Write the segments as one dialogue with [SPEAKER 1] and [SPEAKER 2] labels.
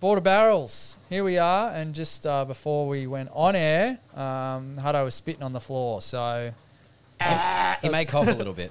[SPEAKER 1] Border Barrels. Here we are, and just uh, before we went on air, um, Hutto was spitting on the floor, so
[SPEAKER 2] He may cough a little bit.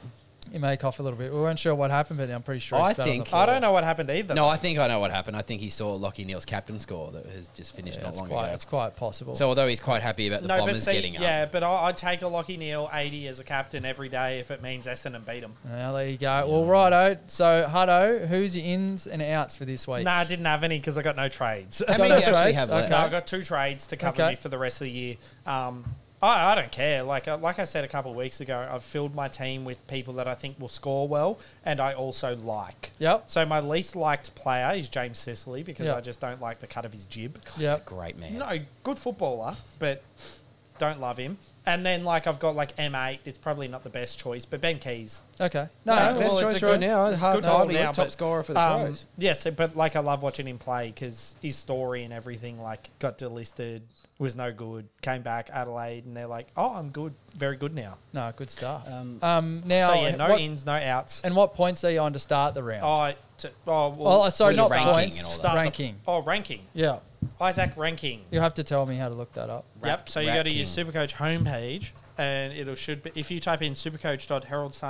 [SPEAKER 1] he may cough a little bit. We weren't sure what happened, but I'm pretty sure. He
[SPEAKER 2] I
[SPEAKER 1] spat on the
[SPEAKER 2] think-
[SPEAKER 1] floor.
[SPEAKER 3] I don't know what happened either.
[SPEAKER 2] No, I think I know what happened. I think he saw Lockie Neal's captain score that has just finished not
[SPEAKER 1] That's
[SPEAKER 2] long
[SPEAKER 1] quite,
[SPEAKER 2] ago.
[SPEAKER 1] it's quite possible.
[SPEAKER 2] So although he's quite happy about the
[SPEAKER 3] no, but
[SPEAKER 2] Bombers
[SPEAKER 3] see,
[SPEAKER 2] getting up,
[SPEAKER 3] yeah, but I, I'd take a Lockie Neal 80 as a captain every day if it means Essendon beat him.
[SPEAKER 1] Now, there you go. Well, righto. So, Hutto, who's your ins and outs for this week?
[SPEAKER 3] Nah, I didn't have any because I got no trades.
[SPEAKER 2] how many do you
[SPEAKER 1] Trades?
[SPEAKER 2] actually have
[SPEAKER 1] Okay.
[SPEAKER 3] No,
[SPEAKER 2] left?
[SPEAKER 3] I've got two trades to cover
[SPEAKER 1] Okay.
[SPEAKER 3] me for the rest of the year. Um, I, I don't care. Like I- like I said a couple of weeks ago, I've filled my team with people that I think will score well, and I also like.
[SPEAKER 1] Yep.
[SPEAKER 3] So my least liked player is James Sicily because
[SPEAKER 1] Yep.
[SPEAKER 3] I just don't like the cut of his jib.
[SPEAKER 2] He's a
[SPEAKER 1] Yep.
[SPEAKER 2] great man.
[SPEAKER 3] No, good footballer, but don't love him. And then like I've got like M8. It's probably not the best choice, but Ben Keys.
[SPEAKER 1] Okay. No,
[SPEAKER 2] No, he's the
[SPEAKER 1] well,
[SPEAKER 2] best
[SPEAKER 1] it's a
[SPEAKER 2] choice
[SPEAKER 1] good-
[SPEAKER 2] right now. Hard
[SPEAKER 3] Good
[SPEAKER 2] time.
[SPEAKER 3] goal
[SPEAKER 2] Oh, He's
[SPEAKER 3] now,
[SPEAKER 2] the top
[SPEAKER 3] but,
[SPEAKER 2] scorer for the
[SPEAKER 3] um,
[SPEAKER 2] pros.
[SPEAKER 3] Yes, but like I love watching him play because his story and everything like got delisted, was no good. Came back Adelaide and they're like, oh, I'm good, very good now.
[SPEAKER 1] No, good stuff. Um,
[SPEAKER 2] Um,
[SPEAKER 1] now,
[SPEAKER 3] so yeah, no
[SPEAKER 1] what-
[SPEAKER 3] ins, no outs.
[SPEAKER 1] and what points are you on to start the round?
[SPEAKER 3] oh, t- oh, well,
[SPEAKER 1] Oh, sorry,
[SPEAKER 2] Well,
[SPEAKER 1] not
[SPEAKER 2] your ranking
[SPEAKER 1] points.
[SPEAKER 2] and all that.
[SPEAKER 3] start the-
[SPEAKER 1] ranking.
[SPEAKER 3] oh, ranking.
[SPEAKER 1] Yeah.
[SPEAKER 3] Isaac ranking.
[SPEAKER 1] You'll have to tell me how to look that up.
[SPEAKER 3] Yep.
[SPEAKER 2] Rack-
[SPEAKER 3] So you go to
[SPEAKER 2] racking.
[SPEAKER 3] your Supercoach homepage. And it'll should be if you type in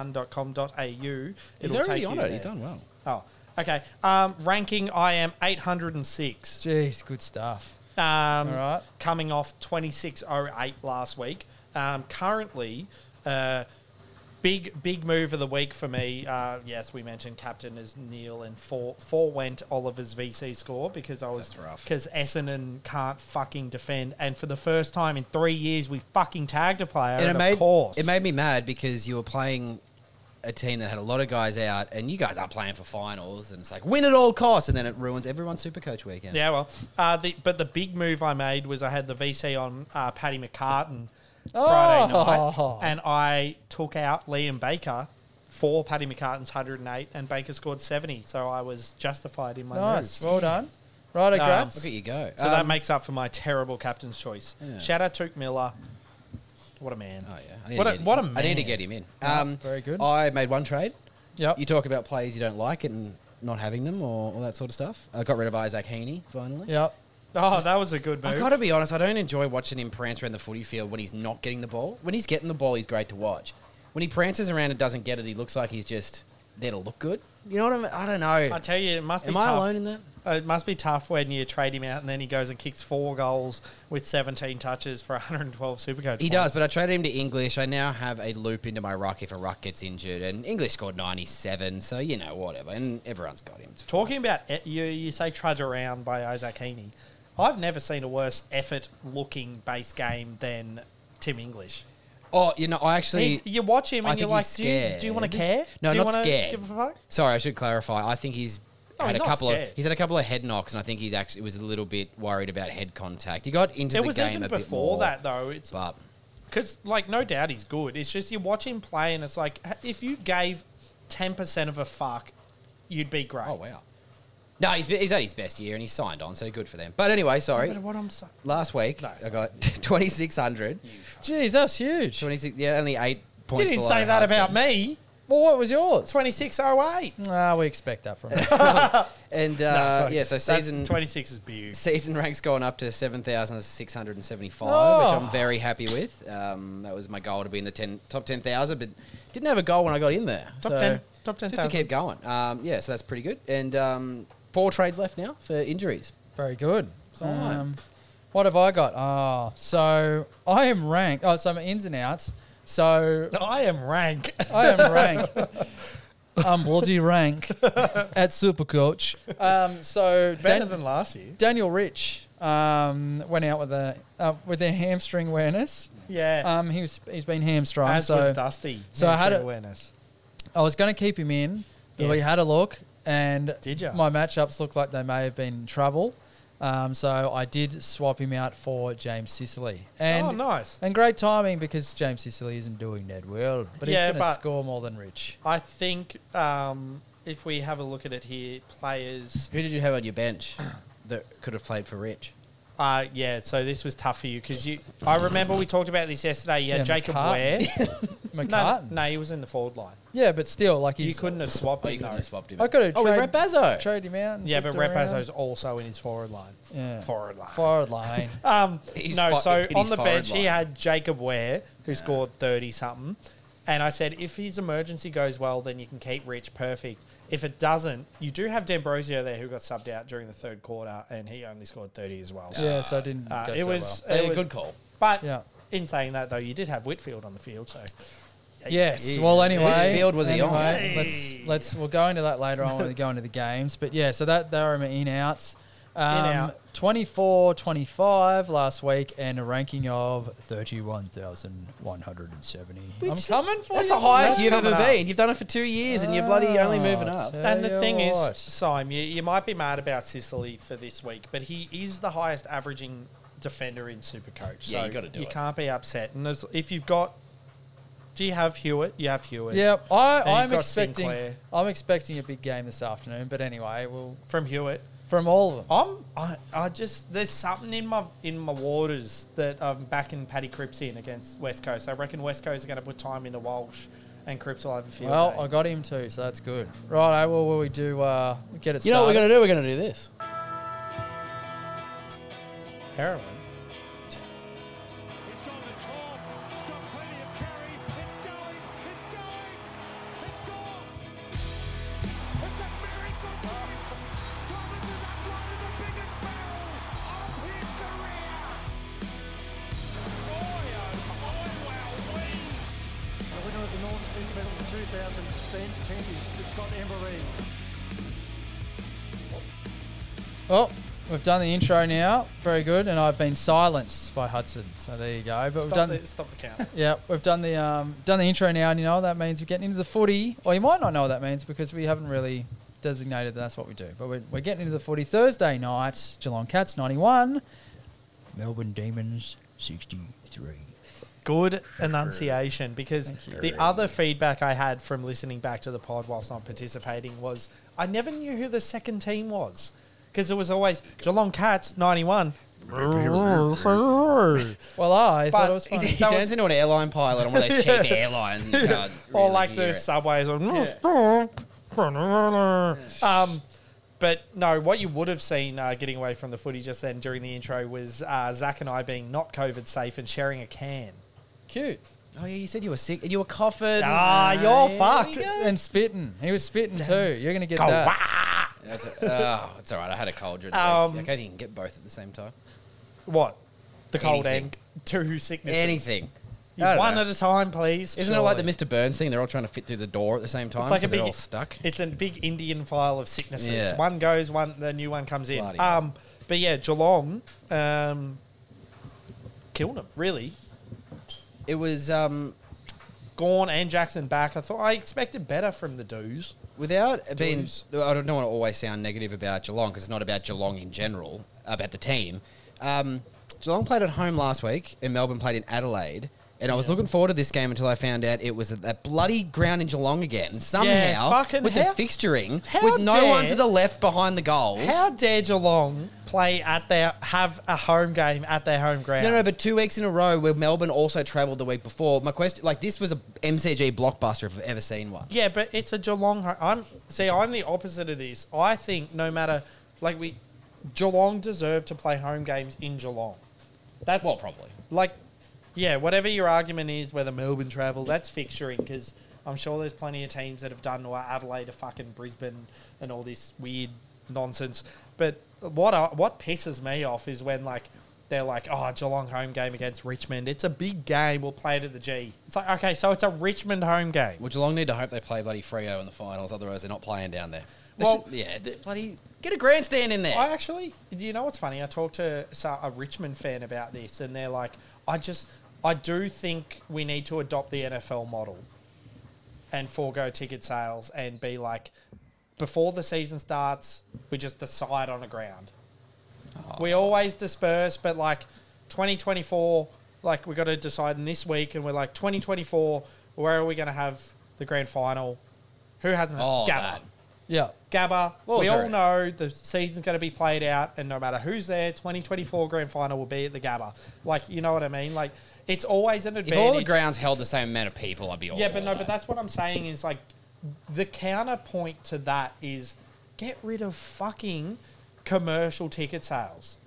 [SPEAKER 3] supercoach.heraldsun.com.au,
[SPEAKER 2] He's
[SPEAKER 3] it'll take
[SPEAKER 2] already
[SPEAKER 3] you
[SPEAKER 2] on it.
[SPEAKER 3] There.
[SPEAKER 2] He's done well.
[SPEAKER 3] Oh, okay. Um, ranking, I am 806.
[SPEAKER 1] Jeez, good stuff.
[SPEAKER 3] Um,
[SPEAKER 1] All right.
[SPEAKER 3] Coming off 26.08 last week. Um, currently, uh, big big move of the week for me. Uh, yes, we mentioned captain is Neil and four four went Oliver's VC score because I was
[SPEAKER 2] That's rough.
[SPEAKER 3] because Essendon can't fucking defend, and for the first time in three years we fucking tagged a player. And,
[SPEAKER 2] And it
[SPEAKER 3] of
[SPEAKER 2] made
[SPEAKER 3] course,
[SPEAKER 2] it made me mad because you were playing a team that had a lot of guys out, and you guys are playing for finals, and it's like win at all costs, and then it ruins everyone's Supercoach weekend.
[SPEAKER 3] Yeah, well, uh, the, but the big move I made was I had the VC on uh, Paddy McCartan Friday
[SPEAKER 1] Oh.
[SPEAKER 3] night, and I took out Liam Baker for Paddy McCartan's 108, and Baker scored 70, so I was justified in my
[SPEAKER 1] Nice.
[SPEAKER 3] move.
[SPEAKER 1] Well done. Right,
[SPEAKER 3] Um,
[SPEAKER 1] congrats.
[SPEAKER 2] Look at you go.
[SPEAKER 3] So that
[SPEAKER 2] Um,
[SPEAKER 3] makes up for my terrible captain's choice.
[SPEAKER 2] Yeah.
[SPEAKER 3] Shout out Took Miller. What a man.
[SPEAKER 2] Oh yeah, I need
[SPEAKER 3] What
[SPEAKER 2] to
[SPEAKER 3] a-
[SPEAKER 2] get
[SPEAKER 3] what a
[SPEAKER 2] him. I need to
[SPEAKER 3] man.
[SPEAKER 2] get him in. Um,
[SPEAKER 1] very good.
[SPEAKER 2] I made one trade.
[SPEAKER 1] Yep.
[SPEAKER 2] You talk about players you don't like and not having them or all that sort of stuff. I got rid of Isaac Heaney finally.
[SPEAKER 1] Yep.
[SPEAKER 3] Oh, that was a good move.
[SPEAKER 2] I got to be honest, I don't enjoy watching him prance around the footy field when he's not getting the ball. When he's getting the ball, he's great to watch. When he prances around and doesn't get it, he looks like he's just there to look good. You know what I mean? I don't know.
[SPEAKER 3] I tell you, it must be
[SPEAKER 2] Am
[SPEAKER 3] tough.
[SPEAKER 2] I alone in that?
[SPEAKER 3] Uh, It must be tough when you trade him out and then he goes and kicks four goals with 17 touches for 112 Supercoach.
[SPEAKER 2] He
[SPEAKER 3] points.
[SPEAKER 2] does, but I traded him to English. I now have a loop into my ruck if a ruck gets injured, and English scored 97, so you know, whatever. And everyone's got him. It's fine.
[SPEAKER 3] Talking about e- you, you say trudge around by Isaac Heaney. I've never seen a worse effort-looking base game than Tim English.
[SPEAKER 2] Oh, you know, I actually.
[SPEAKER 3] He, you watch him
[SPEAKER 2] I
[SPEAKER 3] and you're
[SPEAKER 2] think
[SPEAKER 3] like,
[SPEAKER 2] he's
[SPEAKER 3] do you,
[SPEAKER 2] scared.
[SPEAKER 3] do you want to care?
[SPEAKER 2] No,
[SPEAKER 3] do you
[SPEAKER 2] not
[SPEAKER 3] wanna
[SPEAKER 2] scared.
[SPEAKER 3] Give a fuck?
[SPEAKER 2] Sorry, I should clarify. I think he's
[SPEAKER 3] No,
[SPEAKER 2] had
[SPEAKER 3] he's
[SPEAKER 2] a
[SPEAKER 3] not
[SPEAKER 2] couple
[SPEAKER 3] scared.
[SPEAKER 2] of he's had a couple of head knocks, and I think he's actually was a little bit worried about head contact. He got into
[SPEAKER 3] It
[SPEAKER 2] the
[SPEAKER 3] was
[SPEAKER 2] game
[SPEAKER 3] even
[SPEAKER 2] a bit
[SPEAKER 3] before
[SPEAKER 2] more,
[SPEAKER 3] that though. It's
[SPEAKER 2] but
[SPEAKER 3] because like no doubt he's good. It's just you watch him play and it's like h- if you gave ten percent of a fuck, you'd be great.
[SPEAKER 2] oh wow, no, he's he's at his best year, and he's signed on, so good for them. But anyway, sorry.
[SPEAKER 3] But what I'm saying,
[SPEAKER 2] Last week
[SPEAKER 3] No,
[SPEAKER 2] I got twenty six hundred.
[SPEAKER 1] Jeez, that's huge.
[SPEAKER 2] Twenty six, yeah, only eight
[SPEAKER 3] you
[SPEAKER 2] points.
[SPEAKER 3] didn't
[SPEAKER 2] below
[SPEAKER 3] say that about
[SPEAKER 2] Hudson.
[SPEAKER 3] me.
[SPEAKER 1] Well, what was yours?
[SPEAKER 3] Twenty six oh eight.
[SPEAKER 1] Ah, we expect that from you.
[SPEAKER 2] And uh, yeah, so season
[SPEAKER 3] twenty six is big.
[SPEAKER 2] season ranks gone up to 7,675,
[SPEAKER 1] Oh.
[SPEAKER 2] which I'm very happy with. Um, that was my goal to be in the 10, top 10,000, but didn't have a goal when I got in there.
[SPEAKER 3] Top
[SPEAKER 2] So,
[SPEAKER 3] 10 top ten
[SPEAKER 2] Just to keep going. Um, yeah, so that's pretty good. And um, four trades left now for injuries.
[SPEAKER 1] Very good.
[SPEAKER 2] alright.
[SPEAKER 1] Um, what have I got? Ah, so I am ranked. Oh, so I'm ins and outs. So
[SPEAKER 3] I am rank.
[SPEAKER 1] I am ranked. Um, I'm bloody rank at Supercoach. Um, so
[SPEAKER 3] Better
[SPEAKER 1] Dan-
[SPEAKER 3] than last year.
[SPEAKER 1] Daniel Rich um, went out with a uh, with their hamstring awareness.
[SPEAKER 3] Yeah.
[SPEAKER 1] Um, he was he's been hamstrung.
[SPEAKER 3] as
[SPEAKER 1] so
[SPEAKER 3] was Dusty.
[SPEAKER 1] so I had
[SPEAKER 3] Hamstring
[SPEAKER 1] a-
[SPEAKER 3] awareness.
[SPEAKER 1] I was going to keep him in, but we
[SPEAKER 3] Yes.
[SPEAKER 1] had a look, and
[SPEAKER 3] Did ya?
[SPEAKER 1] my matchups looked like they may have been in trouble. Um, so I did swap him out for James Sicily. And,
[SPEAKER 3] oh, nice.
[SPEAKER 1] and great timing because James Sicily isn't doing that well, but he's
[SPEAKER 3] Yeah,
[SPEAKER 1] going to
[SPEAKER 3] but-
[SPEAKER 1] score more than Rich.
[SPEAKER 3] I think um, if we have a look at it here, players.
[SPEAKER 2] Who did you have on your bench that could have played for Rich?
[SPEAKER 3] Uh, yeah, so this was tough for you because you. I remember we talked about this yesterday. You had
[SPEAKER 1] Yeah,
[SPEAKER 3] Jacob
[SPEAKER 1] McCartan.
[SPEAKER 3] Ware. no,
[SPEAKER 1] McCartan.
[SPEAKER 3] no, he was in the forward line.
[SPEAKER 1] Yeah, but still, like
[SPEAKER 3] You
[SPEAKER 1] he's.
[SPEAKER 3] couldn't have swapped
[SPEAKER 2] Oh, you
[SPEAKER 3] him.
[SPEAKER 2] couldn't
[SPEAKER 3] though.
[SPEAKER 2] have swapped him.
[SPEAKER 1] I could have.
[SPEAKER 2] Oh, we
[SPEAKER 1] trade,
[SPEAKER 2] rep Bazzo.
[SPEAKER 1] Trade him out. and
[SPEAKER 3] Yeah, but
[SPEAKER 1] flicked him around.
[SPEAKER 3] Repazo's also in his forward line.
[SPEAKER 1] Yeah.
[SPEAKER 3] Forward line.
[SPEAKER 1] forward line.
[SPEAKER 3] Um,
[SPEAKER 2] He's
[SPEAKER 3] no,
[SPEAKER 2] fi-
[SPEAKER 3] so
[SPEAKER 2] it
[SPEAKER 3] on
[SPEAKER 2] is
[SPEAKER 3] the
[SPEAKER 2] forward
[SPEAKER 3] bench he
[SPEAKER 2] line.
[SPEAKER 3] had Jacob Ware, who scored thirty something, and I said if his emergency goes well, then you can keep Rich perfect. If it doesn't, you do have D'Ambrosio there who got subbed out during the third quarter, and he only scored thirty as well. So,
[SPEAKER 1] yeah, so I didn't.
[SPEAKER 3] uh,
[SPEAKER 1] go
[SPEAKER 3] it
[SPEAKER 1] so
[SPEAKER 3] was
[SPEAKER 2] So
[SPEAKER 3] it
[SPEAKER 2] yeah,
[SPEAKER 3] was-
[SPEAKER 2] good call.
[SPEAKER 3] But
[SPEAKER 1] Yeah.
[SPEAKER 3] in saying that though, you did have Whitfield on the field, so
[SPEAKER 1] well. Yes.
[SPEAKER 2] Yeah.
[SPEAKER 1] Well, anyway,
[SPEAKER 2] Which field was he on?
[SPEAKER 1] anyway, Let's let's we'll go into that later. I want to go into the games, but yeah. So that they were my in outs. Um,
[SPEAKER 3] out.
[SPEAKER 1] 24 25 last week and a ranking of 31,170. I'm coming for
[SPEAKER 2] That's
[SPEAKER 1] you.
[SPEAKER 2] the highest
[SPEAKER 1] mate.
[SPEAKER 2] you've ever
[SPEAKER 3] coming up.
[SPEAKER 2] been. You've done it for two years and you're bloody only
[SPEAKER 3] Ah,
[SPEAKER 1] Oh,
[SPEAKER 2] moving up.
[SPEAKER 1] tell
[SPEAKER 3] And the
[SPEAKER 1] you
[SPEAKER 3] thing
[SPEAKER 1] what.
[SPEAKER 3] is, Sime, you, you might be mad about Sicily for this week, but he is the highest averaging defender in Supercoach.
[SPEAKER 2] Yeah,
[SPEAKER 3] so
[SPEAKER 2] you gotta do
[SPEAKER 3] You
[SPEAKER 2] it.
[SPEAKER 3] can't be upset. And as, if you've got, do you have Hewitt? You have Hewitt.
[SPEAKER 1] Yep, I,
[SPEAKER 3] And you've
[SPEAKER 1] I'm
[SPEAKER 3] got
[SPEAKER 1] expecting
[SPEAKER 3] Sinclair.
[SPEAKER 1] I'm expecting a big game this afternoon. But anyway, we'll
[SPEAKER 3] From Hewitt,
[SPEAKER 1] from all of them.
[SPEAKER 3] I'm. I, I just there's something in my in my waters that I'm backing Paddy Cripps in against West Coast. I reckon West Coast are going to put time into Walsh, and Cripps will have a field
[SPEAKER 1] Well,
[SPEAKER 3] day.
[SPEAKER 1] I got him too, so that's good. Right, well, will we do uh, get it
[SPEAKER 2] You know what
[SPEAKER 1] started?
[SPEAKER 2] we're going to do? We're going to do this.
[SPEAKER 3] heroin.
[SPEAKER 4] He's gone to 12. He's got plenty of carry. It's going. It's going. It's gone. It's a miracle point. Thomas has uploaded the biggest barrel of his career. Boy, oh, boy, wow, wee.
[SPEAKER 5] The winner of the North Speed Medal in 2010 is the Scott Embereen.
[SPEAKER 1] Oh, we've done the intro now. Very good, and I've been silenced by Hudson. So there you go. But we've
[SPEAKER 3] Stop,
[SPEAKER 1] done.
[SPEAKER 3] the, stop the count.
[SPEAKER 1] Yeah, we've done the um, done the intro now, and you know what that means. We're getting into the footy, or you might not know what that means because we haven't really designated that that's what we do. But we're, we're getting into the footy Thursday night. Geelong Cats ninety one, Melbourne Demons sixty three.
[SPEAKER 3] good enunciation because
[SPEAKER 1] Thank
[SPEAKER 3] the other feedback I had from listening back to the pod whilst not participating was I never knew who the second team was because it was always Geelong Cats 91. or
[SPEAKER 1] Well, I thought
[SPEAKER 3] But
[SPEAKER 1] it was
[SPEAKER 2] He,
[SPEAKER 1] funny.
[SPEAKER 2] he
[SPEAKER 3] That
[SPEAKER 2] turns
[SPEAKER 3] was-
[SPEAKER 2] into an airline pilot on one of those cheap airlines. You can't really
[SPEAKER 3] like
[SPEAKER 2] hear
[SPEAKER 3] the
[SPEAKER 2] it.
[SPEAKER 3] subways on. Um, but no, what you would have seen uh, getting away from the footy just then during the intro was uh, Zach and I being not COVID safe and sharing a can.
[SPEAKER 1] Cute
[SPEAKER 2] Oh, yeah, you said you were sick and you were coughing.
[SPEAKER 3] Ah,
[SPEAKER 2] Uh,
[SPEAKER 3] you're
[SPEAKER 2] yeah.
[SPEAKER 3] fucked.
[SPEAKER 1] and spitting. He was spitting too. You're gonna get
[SPEAKER 3] Go
[SPEAKER 1] that.
[SPEAKER 3] wah!
[SPEAKER 2] That's it. oh, it's all right. I had a cold during the
[SPEAKER 3] Um,
[SPEAKER 2] week. I can't even get both at the same time.
[SPEAKER 3] What? The cold
[SPEAKER 2] Anything.
[SPEAKER 3] and two sicknesses.
[SPEAKER 2] Anything.
[SPEAKER 3] You
[SPEAKER 2] I don't
[SPEAKER 3] one
[SPEAKER 2] know.
[SPEAKER 3] at a time, please.
[SPEAKER 2] Isn't it like the Mr. Burns thing? They're all trying to fit through the door at the same time.
[SPEAKER 3] It's like
[SPEAKER 2] so
[SPEAKER 3] a
[SPEAKER 2] they're
[SPEAKER 3] big
[SPEAKER 2] all stuck.
[SPEAKER 3] It's a big Indian file of sicknesses.
[SPEAKER 2] Yeah.
[SPEAKER 3] One goes, one the new one comes in.
[SPEAKER 2] Bloody hell.
[SPEAKER 3] um, but yeah, Geelong um, killed them really.
[SPEAKER 2] It was um,
[SPEAKER 3] Gorn and Jackson back. I thought I expected better from the do's.
[SPEAKER 2] without it being. I don't, want to always sound negative about Geelong because it's not about Geelong in general, about the team. Um, Geelong played at home last week, and Melbourne played in Adelaide. And I was looking forward to this game until I found out it was at that bloody ground in Geelong again. Somehow,
[SPEAKER 3] fucking
[SPEAKER 2] with
[SPEAKER 3] hell.
[SPEAKER 2] the fixturing,
[SPEAKER 3] How
[SPEAKER 2] with no one
[SPEAKER 3] dare-
[SPEAKER 2] to the left behind the goals.
[SPEAKER 3] How dare Geelong play at their have a home game at their home ground?
[SPEAKER 2] No, no, but two weeks in a row where Melbourne also travelled the week before. My question, like, this was a MCG blockbuster if I've ever seen one.
[SPEAKER 3] Yeah, but it's a Geelong. ho- I'm see. I'm the opposite of this. I think no matter like we, Geelong deserve to play home games in Geelong. That's
[SPEAKER 2] Well, probably.
[SPEAKER 3] like, yeah, whatever your argument is, whether Melbourne travel, that's fixturing because I'm sure there's plenty of teams that have done or Adelaide or fucking Brisbane and all this weird nonsense. But what I, what pisses me off is when like. They're like, oh, Geelong home game against Richmond. It's a big game. We'll play it at the G. It's like, okay, so it's a Richmond home game.
[SPEAKER 2] Well, Geelong need to hope they play bloody Frio in the finals, otherwise they're not playing down there. They
[SPEAKER 3] Well,
[SPEAKER 2] should- yeah, it's bloody get a grandstand in there.
[SPEAKER 3] I actually, you know what's funny? I talked to so- a Richmond fan about this, and they're like, I just, I do think we need to adopt the NFL model and forego ticket sales and be like, before the season starts, we just decide on a ground.
[SPEAKER 2] Oh.
[SPEAKER 3] We always disperse, but like 2024, like we got to decide in this week, and we're like 2024, where are we going to have the grand final? Who hasn't?
[SPEAKER 2] Oh,
[SPEAKER 3] Gabba.
[SPEAKER 2] that.
[SPEAKER 1] Yeah.
[SPEAKER 3] Gabba,
[SPEAKER 2] Well,
[SPEAKER 3] we
[SPEAKER 2] sorry.
[SPEAKER 3] all know the season's going to be played out, and no matter who's there, 2024 grand final will be at the Gabba. Like, you know what I mean? Like, it's always an
[SPEAKER 2] If
[SPEAKER 3] advantage.
[SPEAKER 2] all the grounds held the same amount of people, I'd be all
[SPEAKER 3] yeah,
[SPEAKER 2] for
[SPEAKER 3] but no,
[SPEAKER 2] that.
[SPEAKER 3] but that's what I'm saying is like the counterpoint to that is get rid of fucking commercial ticket sales.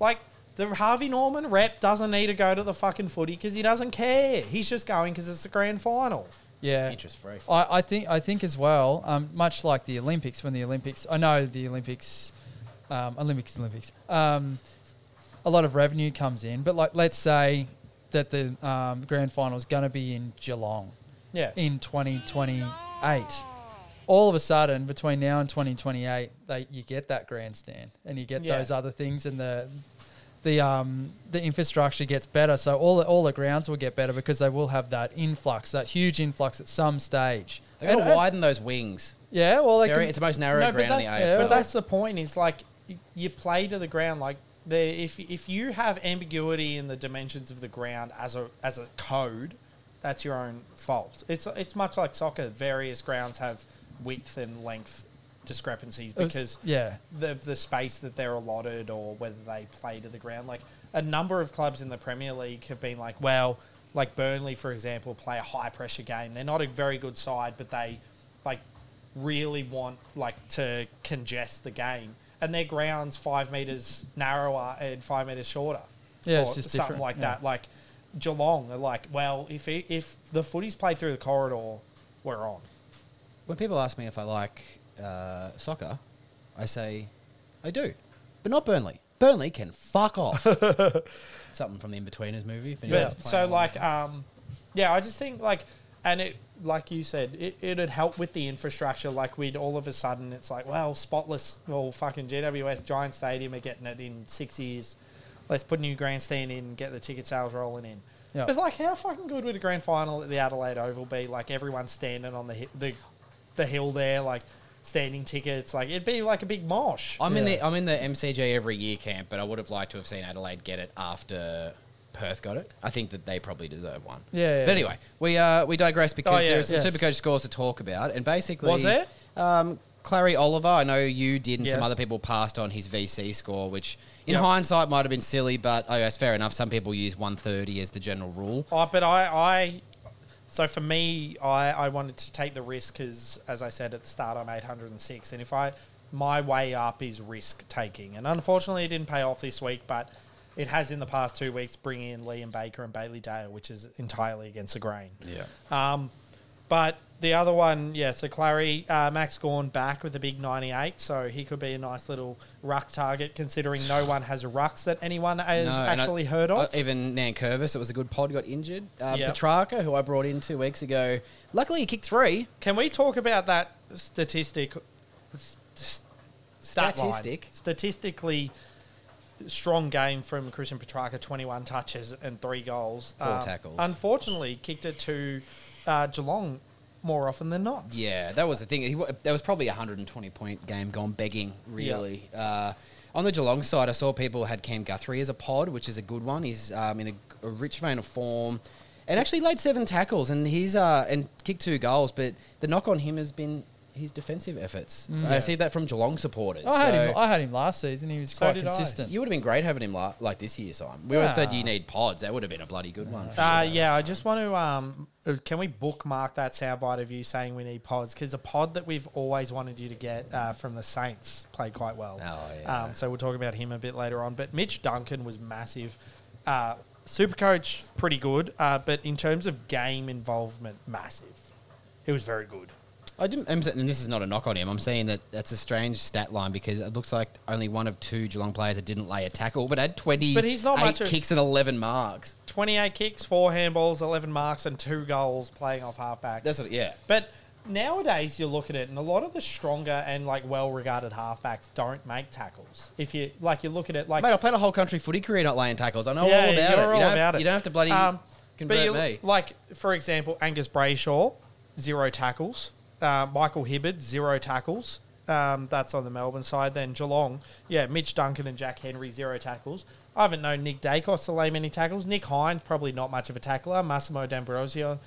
[SPEAKER 3] Like the Harvey Norman rep doesn't need to go to the fucking footy because he doesn't care. He's just going because it's the grand final.
[SPEAKER 1] Yeah.
[SPEAKER 2] Interest free.
[SPEAKER 1] I, I think I think as well, um, much like the Olympics, when the Olympics, I know the Olympics, um, Olympics, Olympics, um, a lot of revenue comes in. But like, let's say that the um, grand final is going to be in Geelong
[SPEAKER 3] Yeah.
[SPEAKER 1] in 2028. All of a sudden, between now and 2028, they you get that grandstand and you get
[SPEAKER 3] Yeah.
[SPEAKER 1] those other things and the. The um the infrastructure gets better, so all the, all the grounds will get better because they will have that influx, that huge influx at some stage.
[SPEAKER 2] They've got
[SPEAKER 1] And-
[SPEAKER 2] to
[SPEAKER 1] and-
[SPEAKER 2] widen those wings.
[SPEAKER 1] yeah, well, they
[SPEAKER 2] Very-
[SPEAKER 1] can-
[SPEAKER 2] it's the most narrow
[SPEAKER 3] No, but,
[SPEAKER 2] ground
[SPEAKER 3] that-
[SPEAKER 2] in the
[SPEAKER 1] yeah,
[SPEAKER 2] AFL.
[SPEAKER 3] but that's the point. Is like y- you play to the ground. Like the if if you have ambiguity in the dimensions of the ground as a as a code, that's your own fault. It's it's much like soccer. Various grounds have width and length discrepancies
[SPEAKER 1] it's-
[SPEAKER 3] because
[SPEAKER 1] yeah,
[SPEAKER 3] the the space that they're allotted or whether they play to the ground. Like a number of clubs in the Premier League have been like, well, like Burnley for example, play a high pressure game. They're not a very good side, but they like really want like to congest the game, and their grounds five meters narrower and five meters shorter.
[SPEAKER 1] Yeah, it's
[SPEAKER 3] Or
[SPEAKER 1] just
[SPEAKER 3] something
[SPEAKER 1] different,
[SPEAKER 3] like
[SPEAKER 1] yeah.
[SPEAKER 3] that. Like Geelong are like, well, if it, if the footy's played through the corridor, we're on.
[SPEAKER 2] When people ask me if I like uh, soccer, I say I do, but not Burnley. Burnley can fuck off. Something from the Inbetweeners movie. If anyone's
[SPEAKER 3] But
[SPEAKER 2] playing
[SPEAKER 3] so
[SPEAKER 2] along.
[SPEAKER 3] like um, yeah, I just think like and it like you said, it it'd help with the infrastructure. Like we'd all of a sudden it's like, well, spotless well fucking GWS Giant Stadium are getting it in six years. Let's put a new grandstand in, get the ticket sales rolling in.
[SPEAKER 1] Yeah.
[SPEAKER 3] But like how fucking good would a grand final at the Adelaide Oval be? Like everyone standing on the hi- the the hill there, like standing tickets, like it'd be like a big mosh.
[SPEAKER 2] I'm in
[SPEAKER 1] Yeah.
[SPEAKER 2] the I'm in the MCG every year camp, but I would have liked to have seen Adelaide get it after Perth got it. I think that they probably deserve one.
[SPEAKER 1] Yeah, yeah,
[SPEAKER 2] but anyway, we uh, we digress because
[SPEAKER 3] Oh, yeah,
[SPEAKER 2] there's some
[SPEAKER 1] yes.
[SPEAKER 2] Supercoach scores to talk about, and basically
[SPEAKER 3] Was there?
[SPEAKER 2] Um, Clary Oliver, I know you did, and some
[SPEAKER 3] Yes.
[SPEAKER 2] other people passed on his VC score, which in hindsight might have been silly, but I guess fair enough. Some people use 130 as the general rule.
[SPEAKER 3] Oh, but I, I, so for me, I, I wanted to take the risk because, as I said at the start, I'm 806, and if I, my way up is risk taking, and unfortunately, it didn't pay off this week, but it has in the past two weeks bringing in Liam Baker and Bailey Dale, which is entirely against the grain.
[SPEAKER 2] Yeah.
[SPEAKER 3] Um, but the other one, yeah, so Clary, uh, Max Gorn back with a big 98, so he could be a nice little ruck target considering no one has rucks that anyone has
[SPEAKER 2] and I-
[SPEAKER 3] actually heard of.
[SPEAKER 2] uh, even Nan Curvis, it was a good pod, got injured. Uh,
[SPEAKER 3] Yeah.
[SPEAKER 2] Petrarca, who I brought in two weeks ago, luckily he kicked three.
[SPEAKER 3] Can we talk about that statistic? St- stat line?
[SPEAKER 2] Statistic?
[SPEAKER 3] Statistically strong game from Christian Petrarca 21 touches and three goals. Um,
[SPEAKER 2] Four tackles.
[SPEAKER 3] Unfortunately, kicked it to uh, Geelong more often than not.
[SPEAKER 2] Yeah, that was the thing. He, wa- that was probably a 120 point game gone begging, really. Uh, on the Geelong side, I saw people had Cam Guthrie as a pod, which is a good one. He's um, in a, a rich vein of form, and actually laid seven tackles and he's uh, and kicked two goals. But the knock on him has been his defensive effords. I see that from Geelong supporters.
[SPEAKER 1] Mm. I had
[SPEAKER 2] So
[SPEAKER 1] him. I had him last season. He was
[SPEAKER 3] So
[SPEAKER 1] quite
[SPEAKER 3] did I.
[SPEAKER 1] consistent.
[SPEAKER 2] you would have been great having him la- like this year, Simon. We always said
[SPEAKER 1] Nah.
[SPEAKER 2] you need pods. That would have been a bloody good one. for
[SPEAKER 3] Uh,
[SPEAKER 2] sure.
[SPEAKER 3] yeah, I just want to. Um, uh, can we bookmark that soundbite of you saying we need pods? Because the pod that we've always wanted you to get uh, from the Saints played quite well.
[SPEAKER 2] Oh, yeah.
[SPEAKER 3] Um, so we'll talk about him a bit later on. But Mitch Duncan was massive. Uh, Supercoach, pretty good. Uh, but in terms of game involvement, massive. He was very good.
[SPEAKER 2] I didn't, I'm, saying- and this is not a knock on him. I'm saying that that's a strange stat line because it looks like only one of two Geelong players that didn't lay a tackle, but had 20
[SPEAKER 3] But he's not much of-
[SPEAKER 2] kicks and 11 marks.
[SPEAKER 3] 28 kicks, four handballs, 11 marks, and two goals playing off halfback.
[SPEAKER 2] That's what, yeah.
[SPEAKER 3] But nowadays, you look at it, and a lot of the stronger and like well-regarded halfbacks don't make tackles. If you like, you look at it like
[SPEAKER 2] Mate, I played a whole country footy career not laying tackles. I know
[SPEAKER 3] yeah,
[SPEAKER 2] all about
[SPEAKER 3] you're
[SPEAKER 2] it.
[SPEAKER 3] all
[SPEAKER 2] you don't,
[SPEAKER 3] about it.
[SPEAKER 2] You don't have to bloody
[SPEAKER 3] Um,
[SPEAKER 2] convert
[SPEAKER 3] you-
[SPEAKER 2] me.
[SPEAKER 3] Like for example, Angus Brayshaw, zero tackles. Uh, Michael Hibbard, zero tackles. Um, that's on the Melbourne side. Then Geelong, yeah, Mitch Duncan and Jack Henry, zero tackles. I haven't known Nick Dacos to lay many tackles. Nick Hines, probably not much of a tackler. Massimo D'Ambrosio,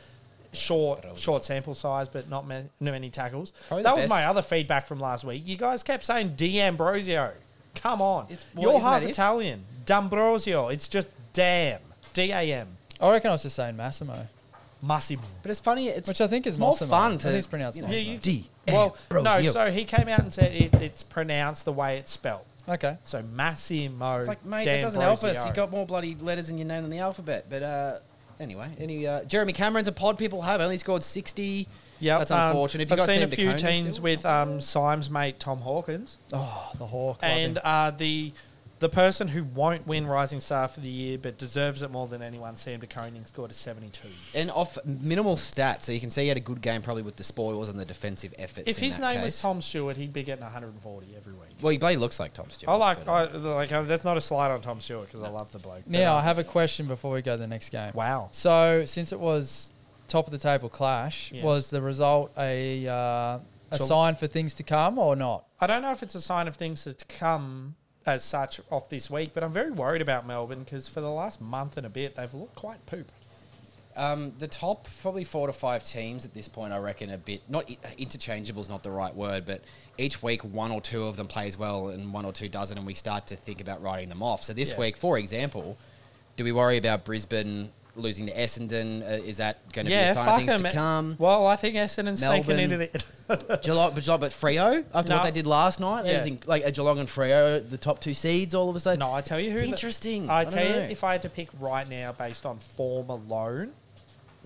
[SPEAKER 3] short short sample size, but not many, not many tackles.
[SPEAKER 2] Probably the
[SPEAKER 3] that was
[SPEAKER 2] best.
[SPEAKER 3] my other feedback from last week. You guys kept saying D'Ambrosio. Come on,
[SPEAKER 2] It's- well,
[SPEAKER 3] you're
[SPEAKER 2] isn't
[SPEAKER 3] half
[SPEAKER 2] that it?
[SPEAKER 3] Italian. D'Ambrosio. It's just damn. D A M.
[SPEAKER 1] I reckon I was just saying Massimo,
[SPEAKER 3] Massimo.
[SPEAKER 2] But it's funny. It's
[SPEAKER 1] which I think is
[SPEAKER 2] more
[SPEAKER 1] Mossimo. I
[SPEAKER 2] fun to
[SPEAKER 1] think it's pronounced
[SPEAKER 2] you know,
[SPEAKER 1] Mossimo.
[SPEAKER 3] Yeah, you-
[SPEAKER 2] D.
[SPEAKER 3] Well, no.
[SPEAKER 2] Ambrosio.
[SPEAKER 3] So he came out and said it, it's pronounced the way it's spelled.
[SPEAKER 1] Okay.
[SPEAKER 3] So Massimo.
[SPEAKER 2] It's like, mate, that doesn't help
[SPEAKER 3] D'Ambrosio.
[SPEAKER 2] us. You got more bloody letters in your name than the alphabet. But uh, anyway, any uh, Jeremy Cameron's a pod people have only scored sixty.
[SPEAKER 3] Yep,
[SPEAKER 2] that's
[SPEAKER 3] um,
[SPEAKER 2] unfortunate. If you
[SPEAKER 3] I've
[SPEAKER 2] got
[SPEAKER 3] seen a
[SPEAKER 2] Sam
[SPEAKER 3] few
[SPEAKER 2] DeConing
[SPEAKER 3] teams
[SPEAKER 2] still?
[SPEAKER 3] with um, Symes' mate Tom Hawkins
[SPEAKER 1] Oh, the Hawk. love
[SPEAKER 3] and
[SPEAKER 1] him.
[SPEAKER 3] uh, the the person who won't win Rising Star for the year but deserves it more than anyone. Sam DeConing scored a seventy-two.
[SPEAKER 2] and off minimal stats, so you can see he had a good game probably with the spoils and the defensive efforts.
[SPEAKER 3] if
[SPEAKER 2] in
[SPEAKER 3] his
[SPEAKER 2] that
[SPEAKER 3] name was
[SPEAKER 2] case.
[SPEAKER 3] Tom Stewart, he'd be getting one hundred and forty every week.
[SPEAKER 2] well, he bloody looks like Tom Stewart.
[SPEAKER 3] I like
[SPEAKER 2] but, uh,
[SPEAKER 3] I, like uh, that's not a slide on Tom Stewart because I love the bloke. but,
[SPEAKER 1] Now,
[SPEAKER 3] uh,
[SPEAKER 1] I have a question before we go to the next game.
[SPEAKER 3] wow.
[SPEAKER 1] So, since it was top of the table clash,
[SPEAKER 3] Yes.
[SPEAKER 1] was the result a uh, a
[SPEAKER 3] So-
[SPEAKER 1] sign for things to come or not?
[SPEAKER 3] I don't know if it's a sign of things to come as such off this week, but I'm very worried about Melbourne because for the last month and a bit they've looked quite poop.
[SPEAKER 2] Um, the top probably four to five teams at this point, I reckon, a bit not i- uh, interchangeable is not the right word, but each week one or two of them plays well and one or two doesn't, and we start to think about writing them off. So this
[SPEAKER 3] Yeah.
[SPEAKER 2] week, for example, do we worry about Brisbane losing to Essendon? Uh, is that going to be a sign of things
[SPEAKER 3] 'em.
[SPEAKER 2] to come?
[SPEAKER 3] Well, I think Essendon's sneaking
[SPEAKER 2] Melbourne.
[SPEAKER 3] into the.
[SPEAKER 2] Geelong, but Geelong, but Freo after
[SPEAKER 3] No.
[SPEAKER 2] what they did last night,
[SPEAKER 3] Yeah.
[SPEAKER 2] losing, like a Geelong and Freo, the top two seeds, all of a sudden.
[SPEAKER 3] no, I tell you who.
[SPEAKER 2] It's
[SPEAKER 3] the-
[SPEAKER 2] interesting.
[SPEAKER 3] I
[SPEAKER 2] I
[SPEAKER 3] tell you,
[SPEAKER 2] don't know.
[SPEAKER 3] if I had to pick right now based on form alone,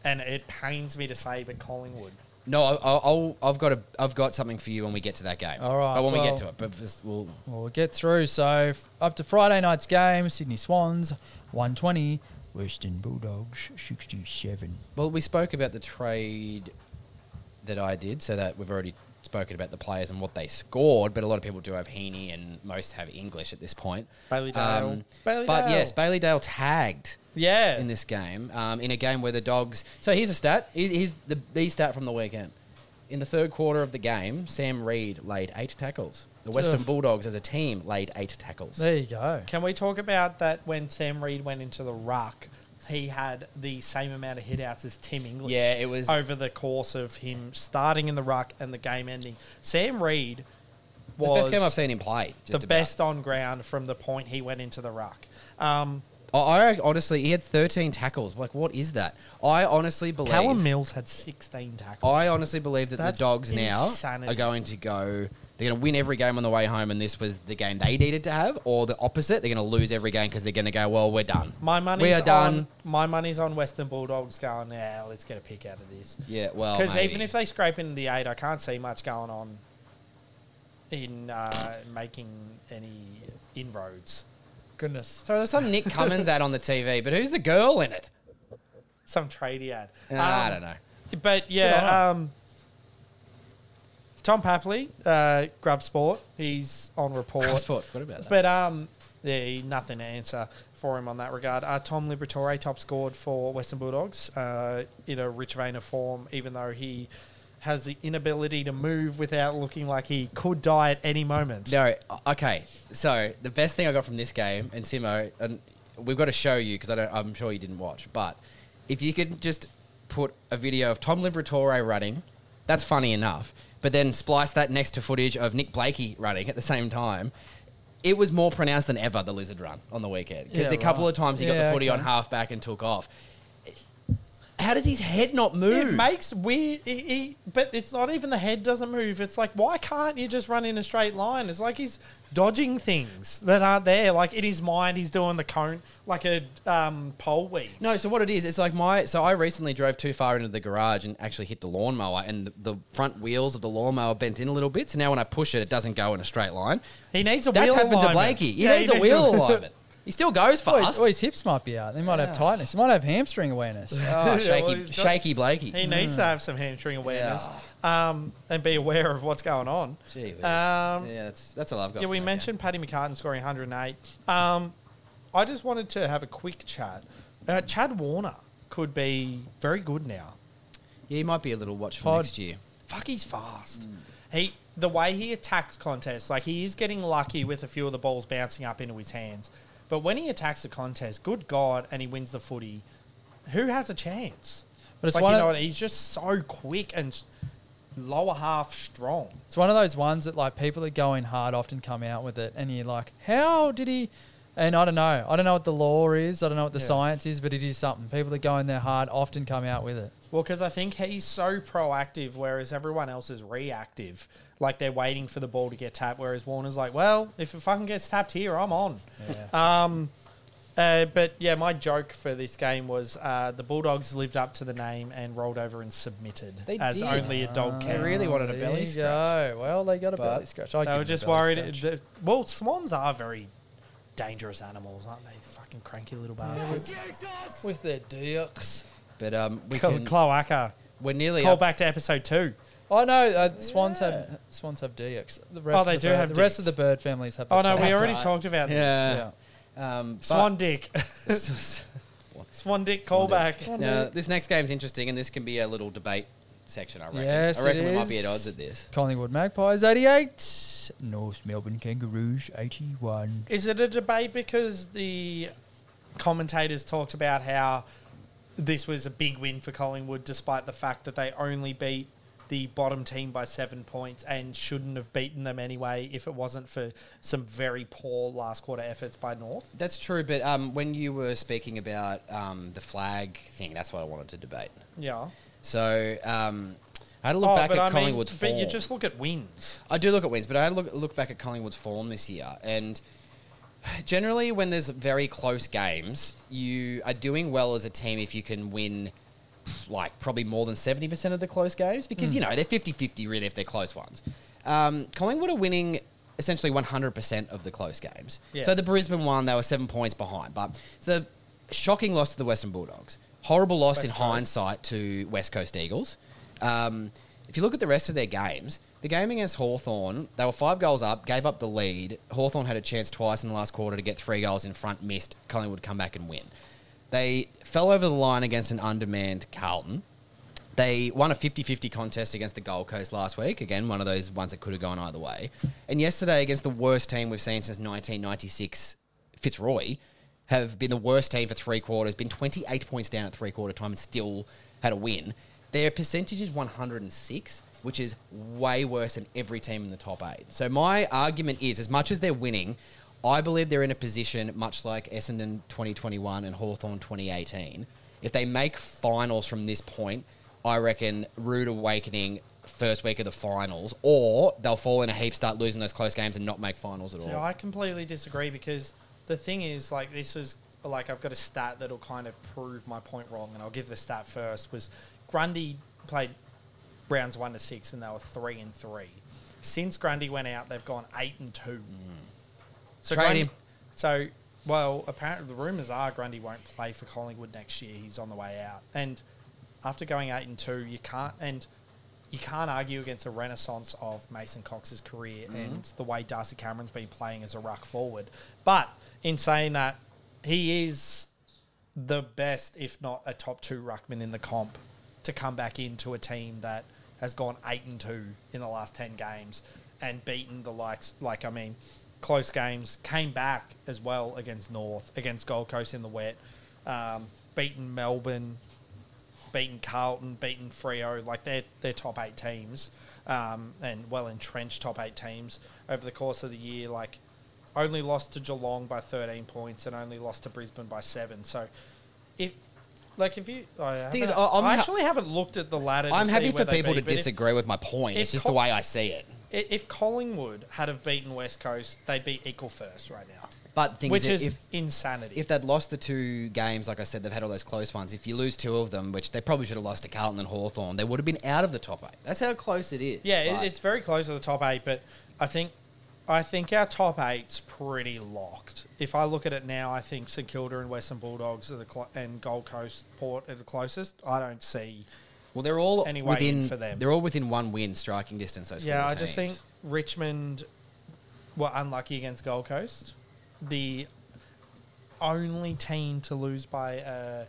[SPEAKER 3] and it pains me to say, but Collingwood.
[SPEAKER 2] no, I, I- I'll, I've got a, I've got something for you when we get to that game.
[SPEAKER 1] All right,
[SPEAKER 2] but when we
[SPEAKER 1] well-
[SPEAKER 2] get to it, but this- we'll
[SPEAKER 1] Well, we'll get through. So, f- up to Friday night's game, Sydney Swans, 120, Western Bulldogs, 67.
[SPEAKER 2] Well, we spoke about the trade that I did, so that we've already spoken about the players and what they scored. But a lot of people do have Heaney, and most have English at this point. Um,
[SPEAKER 3] Bailey Dale. Bailey
[SPEAKER 2] but
[SPEAKER 3] Dale.
[SPEAKER 2] yes, Bailey Dale tagged
[SPEAKER 3] Yeah.
[SPEAKER 2] in this game um, in a game where the dogs. So here's a stat. Here's here's the the stat from the weekend. In the third quarter of the game, Sam Reed laid eight tackles. The Western
[SPEAKER 1] Ugh.
[SPEAKER 2] Bulldogs, as a team, laid eight tackles.
[SPEAKER 1] There you go.
[SPEAKER 3] Can we talk about that when Sam Reed went into the ruck? He had the same amount of hitouts as Tim English.
[SPEAKER 2] Yeah, it was-
[SPEAKER 3] over the course of him starting in the ruck and the game ending. Sam Reed
[SPEAKER 2] The
[SPEAKER 3] was
[SPEAKER 2] best game I've seen him play. Just
[SPEAKER 3] the
[SPEAKER 2] about.
[SPEAKER 3] best on ground from the point he went into the ruck. Um,
[SPEAKER 2] I, I honestly, he had 13 tackles. Like, what is that? I honestly believe.
[SPEAKER 3] Callum Mills had 16 tackles.
[SPEAKER 2] I honestly believe that
[SPEAKER 3] That's
[SPEAKER 2] the Dogs now
[SPEAKER 3] insanity.
[SPEAKER 2] are going to go. They're going to win every game on the way home, and this was the game they needed to have, or the opposite. They're going to lose every game because they're going to go, well, we're done.
[SPEAKER 3] My money's
[SPEAKER 2] we are
[SPEAKER 3] on,
[SPEAKER 2] done.
[SPEAKER 3] My money's on Western Bulldogs going. Yeah, let's get a pick out of this.
[SPEAKER 2] Yeah, well,
[SPEAKER 3] Because
[SPEAKER 2] Oh, maybe.
[SPEAKER 3] even if they scrape in the eight, I can't see much going on in uh, making any inroads.
[SPEAKER 1] Goodness.
[SPEAKER 2] so there's some Nick Cummins ad on the TV, but who's the girl in it?
[SPEAKER 3] Some tradie ad.
[SPEAKER 2] Uh, I
[SPEAKER 3] Um,
[SPEAKER 2] don't know.
[SPEAKER 3] But
[SPEAKER 1] Good on
[SPEAKER 3] yeah, um, Tom Papley, uh, Grub Sport, he's on report.
[SPEAKER 2] I forgot about that.
[SPEAKER 3] But um, yeah, nothing to answer for him on that regard. Uh, Tom Liberatore top scored for Western Bulldogs uh, in a rich vein of form, even though he has the inability to move without looking like he could die at any moment.
[SPEAKER 2] No, okay. So the best thing I got from this game, and Simo, and we've got to show you because I don't, I'm sure you didn't watch, but if you could just put a video of Tom Liberatore running, that's funny enough. But then splice that next to footage of Nick Blakey running at the same time. It was more pronounced than ever the lizard run on the weekend because
[SPEAKER 1] Yeah,
[SPEAKER 2] a couple
[SPEAKER 1] right.
[SPEAKER 2] of times he got
[SPEAKER 1] Yeah,
[SPEAKER 2] the footy
[SPEAKER 1] okay.
[SPEAKER 2] on half back and took off. How does his head not move?
[SPEAKER 3] It makes weird, he, he, but it's not even the head doesn't move. It's like, why can't you just run in a straight line? It's like he's dodging things that aren't there. Like in his mind, he's doing the cone like a um, pole weave.
[SPEAKER 2] No, so what it is, it's like my. So I recently drove too far into the garage and actually hit the lawnmower, and the, the front wheels of the lawnmower bent in a little bit. So now when I push it, it doesn't go in a straight line.
[SPEAKER 3] He needs a
[SPEAKER 2] That's
[SPEAKER 3] wheel
[SPEAKER 2] happened to
[SPEAKER 3] alignment.
[SPEAKER 2] Blakey. He
[SPEAKER 3] Yeah,
[SPEAKER 2] needs a wheel alignment. He still goes
[SPEAKER 3] Oh,
[SPEAKER 1] Or his,
[SPEAKER 2] fast.
[SPEAKER 1] or his hips might be out. They might have tightness. He might have hamstring awareness.
[SPEAKER 2] Oh, shaky,
[SPEAKER 3] Well, he's got-
[SPEAKER 2] shaky Blakey.
[SPEAKER 3] He needs to have some hamstring awareness um, and be aware of what's going on.
[SPEAKER 2] Gee whiz.
[SPEAKER 3] Um,
[SPEAKER 2] yeah, that's, that's all I've got.
[SPEAKER 3] yeah,
[SPEAKER 2] from
[SPEAKER 3] we
[SPEAKER 2] that
[SPEAKER 3] mentioned Paddy McCartan scoring 108. Um, I just wanted to have a quick chat. Uh, Chad Warner could be very good now.
[SPEAKER 2] game. Yeah, he might be a little watch for
[SPEAKER 1] Pod.
[SPEAKER 2] next year.
[SPEAKER 3] Fuck, he's fast. He the way he attacks contests, like he is getting lucky with a few of the balls bouncing up into his hands. But when he attacks the contest, good God, and he wins the footy, who has a chance?
[SPEAKER 1] But it's
[SPEAKER 3] like
[SPEAKER 1] one
[SPEAKER 3] you
[SPEAKER 1] of-
[SPEAKER 3] know, what, he's just so quick and s- lower half strong.
[SPEAKER 1] It's one of those ones that like people that go in hard often come out with it, and you're like, how did he? And I don't know. I don't know what the law is. I don't know what the
[SPEAKER 3] Yeah.
[SPEAKER 1] science is, but it is something. People that go in there hard often come out with it.
[SPEAKER 3] Well, because I think he's so proactive, whereas everyone else is reactive. Like they're waiting for the ball to get tapped, whereas Warner's like, well, if it fucking gets tapped here, I'm on. Um, uh, but yeah, my joke for this game was uh, the Bulldogs lived up to the name and rolled over and submitted
[SPEAKER 2] They
[SPEAKER 3] as
[SPEAKER 2] did.
[SPEAKER 3] only a dog
[SPEAKER 2] They
[SPEAKER 3] can.
[SPEAKER 2] really wanted a
[SPEAKER 1] Oh, There
[SPEAKER 2] belly
[SPEAKER 1] you
[SPEAKER 2] scratch.
[SPEAKER 1] go. Well, they got a
[SPEAKER 2] But
[SPEAKER 1] belly scratch. I
[SPEAKER 3] They were just worried. The, well, swans are very dangerous animals, aren't they? Fucking cranky little bastards.
[SPEAKER 1] with their dukes.
[SPEAKER 2] But um, we
[SPEAKER 3] Clo-
[SPEAKER 2] can,
[SPEAKER 3] Cloaca.
[SPEAKER 2] we're nearly
[SPEAKER 3] Call
[SPEAKER 2] up.
[SPEAKER 3] back to episode two.
[SPEAKER 1] Oh no, uh, swans have swans have dukes. The rest
[SPEAKER 3] Oh, they
[SPEAKER 1] of the
[SPEAKER 3] do
[SPEAKER 1] bird-
[SPEAKER 3] have
[SPEAKER 1] the rest of the
[SPEAKER 3] dukes.
[SPEAKER 1] bird families have.
[SPEAKER 3] Oh
[SPEAKER 1] their
[SPEAKER 3] no, we
[SPEAKER 1] colours.
[SPEAKER 3] already
[SPEAKER 2] right.
[SPEAKER 3] talked about this.
[SPEAKER 2] Yeah. Um, but-
[SPEAKER 3] Swan Dick. Swan Dick callback.
[SPEAKER 2] now, this next game's interesting, and this can be a little debate section. I reckon.
[SPEAKER 1] Yes,
[SPEAKER 2] I reckon
[SPEAKER 1] it
[SPEAKER 2] we might be
[SPEAKER 1] is.
[SPEAKER 2] at odds at this.
[SPEAKER 1] Collingwood Magpies eighty-eight, North Melbourne Kangaroos eighty-one.
[SPEAKER 3] Is it a debate because the commentators talked about how this was a big win for Collingwood, despite the fact that they only beat the bottom team by seven points and shouldn't have beaten them anyway if it wasn't for some very poor last quarter efforts by North?
[SPEAKER 2] That's true, but um, when you were speaking about um, the flag thing, that's what I wanted to debate.
[SPEAKER 3] Yeah.
[SPEAKER 2] So um, I had a look
[SPEAKER 3] Oh,
[SPEAKER 2] back at
[SPEAKER 3] but I mean,
[SPEAKER 2] Collingwood form.
[SPEAKER 3] but you just look at wins.
[SPEAKER 2] I do look at wins, but I had a look, look back at Collingwood's form this year, and generally when there's very close games, you are doing well as a team if you can win like probably more than 70% of the close games
[SPEAKER 3] Hmm.
[SPEAKER 2] because you know they're 50-50 really if they're close ones. Um, Collingwood are winning essentially 100% of the close games.
[SPEAKER 3] Yeah.
[SPEAKER 2] So the Brisbane one they were 7 points behind, but it's the shocking loss to the Western Bulldogs. Horrible loss in
[SPEAKER 3] Coast.
[SPEAKER 2] hindsight to West Coast Eagles. Um, if you look at the rest of their games, the game against Hawthorn, they were five goals up, gave up the lead. Hawthorn had a chance twice in the last quarter to get three goals in front, missed. Collingwood come back and win. They fell over the line against an undermanned Carlton. They won a 50 50 contest against the Gold Coast last week. Again, one of those ones that could have gone either way. And yesterday, against the worst team we've seen since 1996, Fitzroy, have been the worst team for three quarters, been 28 points down at three quarter time, and still had a win. Their percentage is 106, which is way worse than every team in the top eight. So, my argument is as much as they're winning, I believe they're in a position much like Essendon 2021 and Hawthorn 2018. If they make finals from this point, I reckon rude awakening first week of the finals, or they'll fall in a heap, start losing those close games, and not make finals at all.
[SPEAKER 3] See, I completely disagree because the thing is, like, this is like I've got a stat that'll kind of prove my point wrong, and I'll give the stat first. Was Grundy played rounds one to six, and they were three and three. Since Grundy went out, they've gone eight and two. So
[SPEAKER 2] Trade
[SPEAKER 3] Grundy-
[SPEAKER 2] him.
[SPEAKER 3] So, well, apparently the rumours are Grundy won't play for Collingwood next year. He's on the way out, and after going eight and two, you can't and you can't argue against a renaissance of Mason Cox's career
[SPEAKER 2] Mm-hmm.
[SPEAKER 3] and the way Darcy Cameron's been playing as a ruck forward. But in saying that, he is the best, if not a top two ruckman in the comp, to come back into a team that has gone eight and two in the last ten games and beaten the likes. Like I mean, close games came back as well against North, against Gold Coast in the wet, um, beaten Melbourne, beaten Carlton, beaten Frio. Like they're they're top eight teams, um, and well entrenched top eight teams over the course of the year. Like only lost to Geelong by thirteen points and only lost to Brisbane by seven. So if like if you, I,
[SPEAKER 2] Thing is,
[SPEAKER 3] haven't-
[SPEAKER 2] I- I'm
[SPEAKER 3] I
[SPEAKER 2] ha-
[SPEAKER 3] actually haven't looked at the ladder. to
[SPEAKER 2] I'm
[SPEAKER 3] see
[SPEAKER 2] happy for
[SPEAKER 3] where they
[SPEAKER 2] people
[SPEAKER 3] be,
[SPEAKER 2] to
[SPEAKER 3] but if-
[SPEAKER 2] disagree with my point.
[SPEAKER 3] if
[SPEAKER 2] It's just
[SPEAKER 3] Col-
[SPEAKER 2] the way I see it.
[SPEAKER 3] i- If Collingwood had have beaten West Coast, they'd be equal first right now,
[SPEAKER 2] But the thing
[SPEAKER 3] which
[SPEAKER 2] is,
[SPEAKER 3] is
[SPEAKER 2] if
[SPEAKER 3] insanity.
[SPEAKER 2] if they'd lost the two games, like I said, they've had all those close ones. If you lose two of them, which they probably should have lost to Carlton and Hawthorn, they would have been out of the top eight. That's how close it is.
[SPEAKER 3] Yeah,
[SPEAKER 2] But
[SPEAKER 3] it, it's very close to the top eight, but I think I think our top eight's pretty locked. If I look at it now, I think St Kilda and Western Bulldogs are the clo- and Gold Coast Port are the closest. I don't see.
[SPEAKER 2] well, they're all
[SPEAKER 3] any way in
[SPEAKER 2] within
[SPEAKER 3] for them.
[SPEAKER 2] They're all within one win striking distance. Those
[SPEAKER 3] yeah,
[SPEAKER 2] four
[SPEAKER 3] I just think
[SPEAKER 2] teams.
[SPEAKER 3] Richmond were unlucky against Gold Coast, the only team to lose by uh,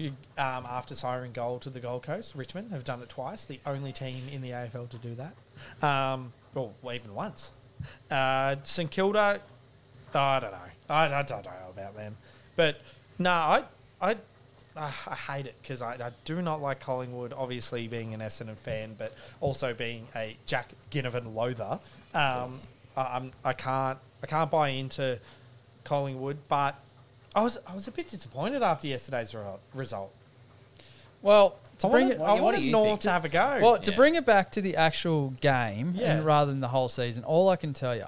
[SPEAKER 3] um, after siren goal to the Gold Coast. Richmond have done it twice. The only team in the AFL to do that, um, or even once. Uh, St Kilda, I don't know. I, I don't know about them, but no, I I uh, I hate it because I, I do not like Collingwood. Obviously, being an Essendon fan, but also being a Jack Ginnivan loather, um, I, I'm I can't I can't buy into Collingwood. But I was I was a bit disappointed after yesterday's re- result.
[SPEAKER 1] Well, to
[SPEAKER 3] I
[SPEAKER 1] bring
[SPEAKER 3] wanted,
[SPEAKER 1] it,
[SPEAKER 3] I
[SPEAKER 2] do
[SPEAKER 3] wanted
[SPEAKER 2] you
[SPEAKER 3] North
[SPEAKER 2] think?
[SPEAKER 3] to have a go.
[SPEAKER 1] well, to
[SPEAKER 2] Yeah.
[SPEAKER 1] bring it back to the actual game,
[SPEAKER 3] Yeah.
[SPEAKER 1] and rather than the whole season, all I can tell you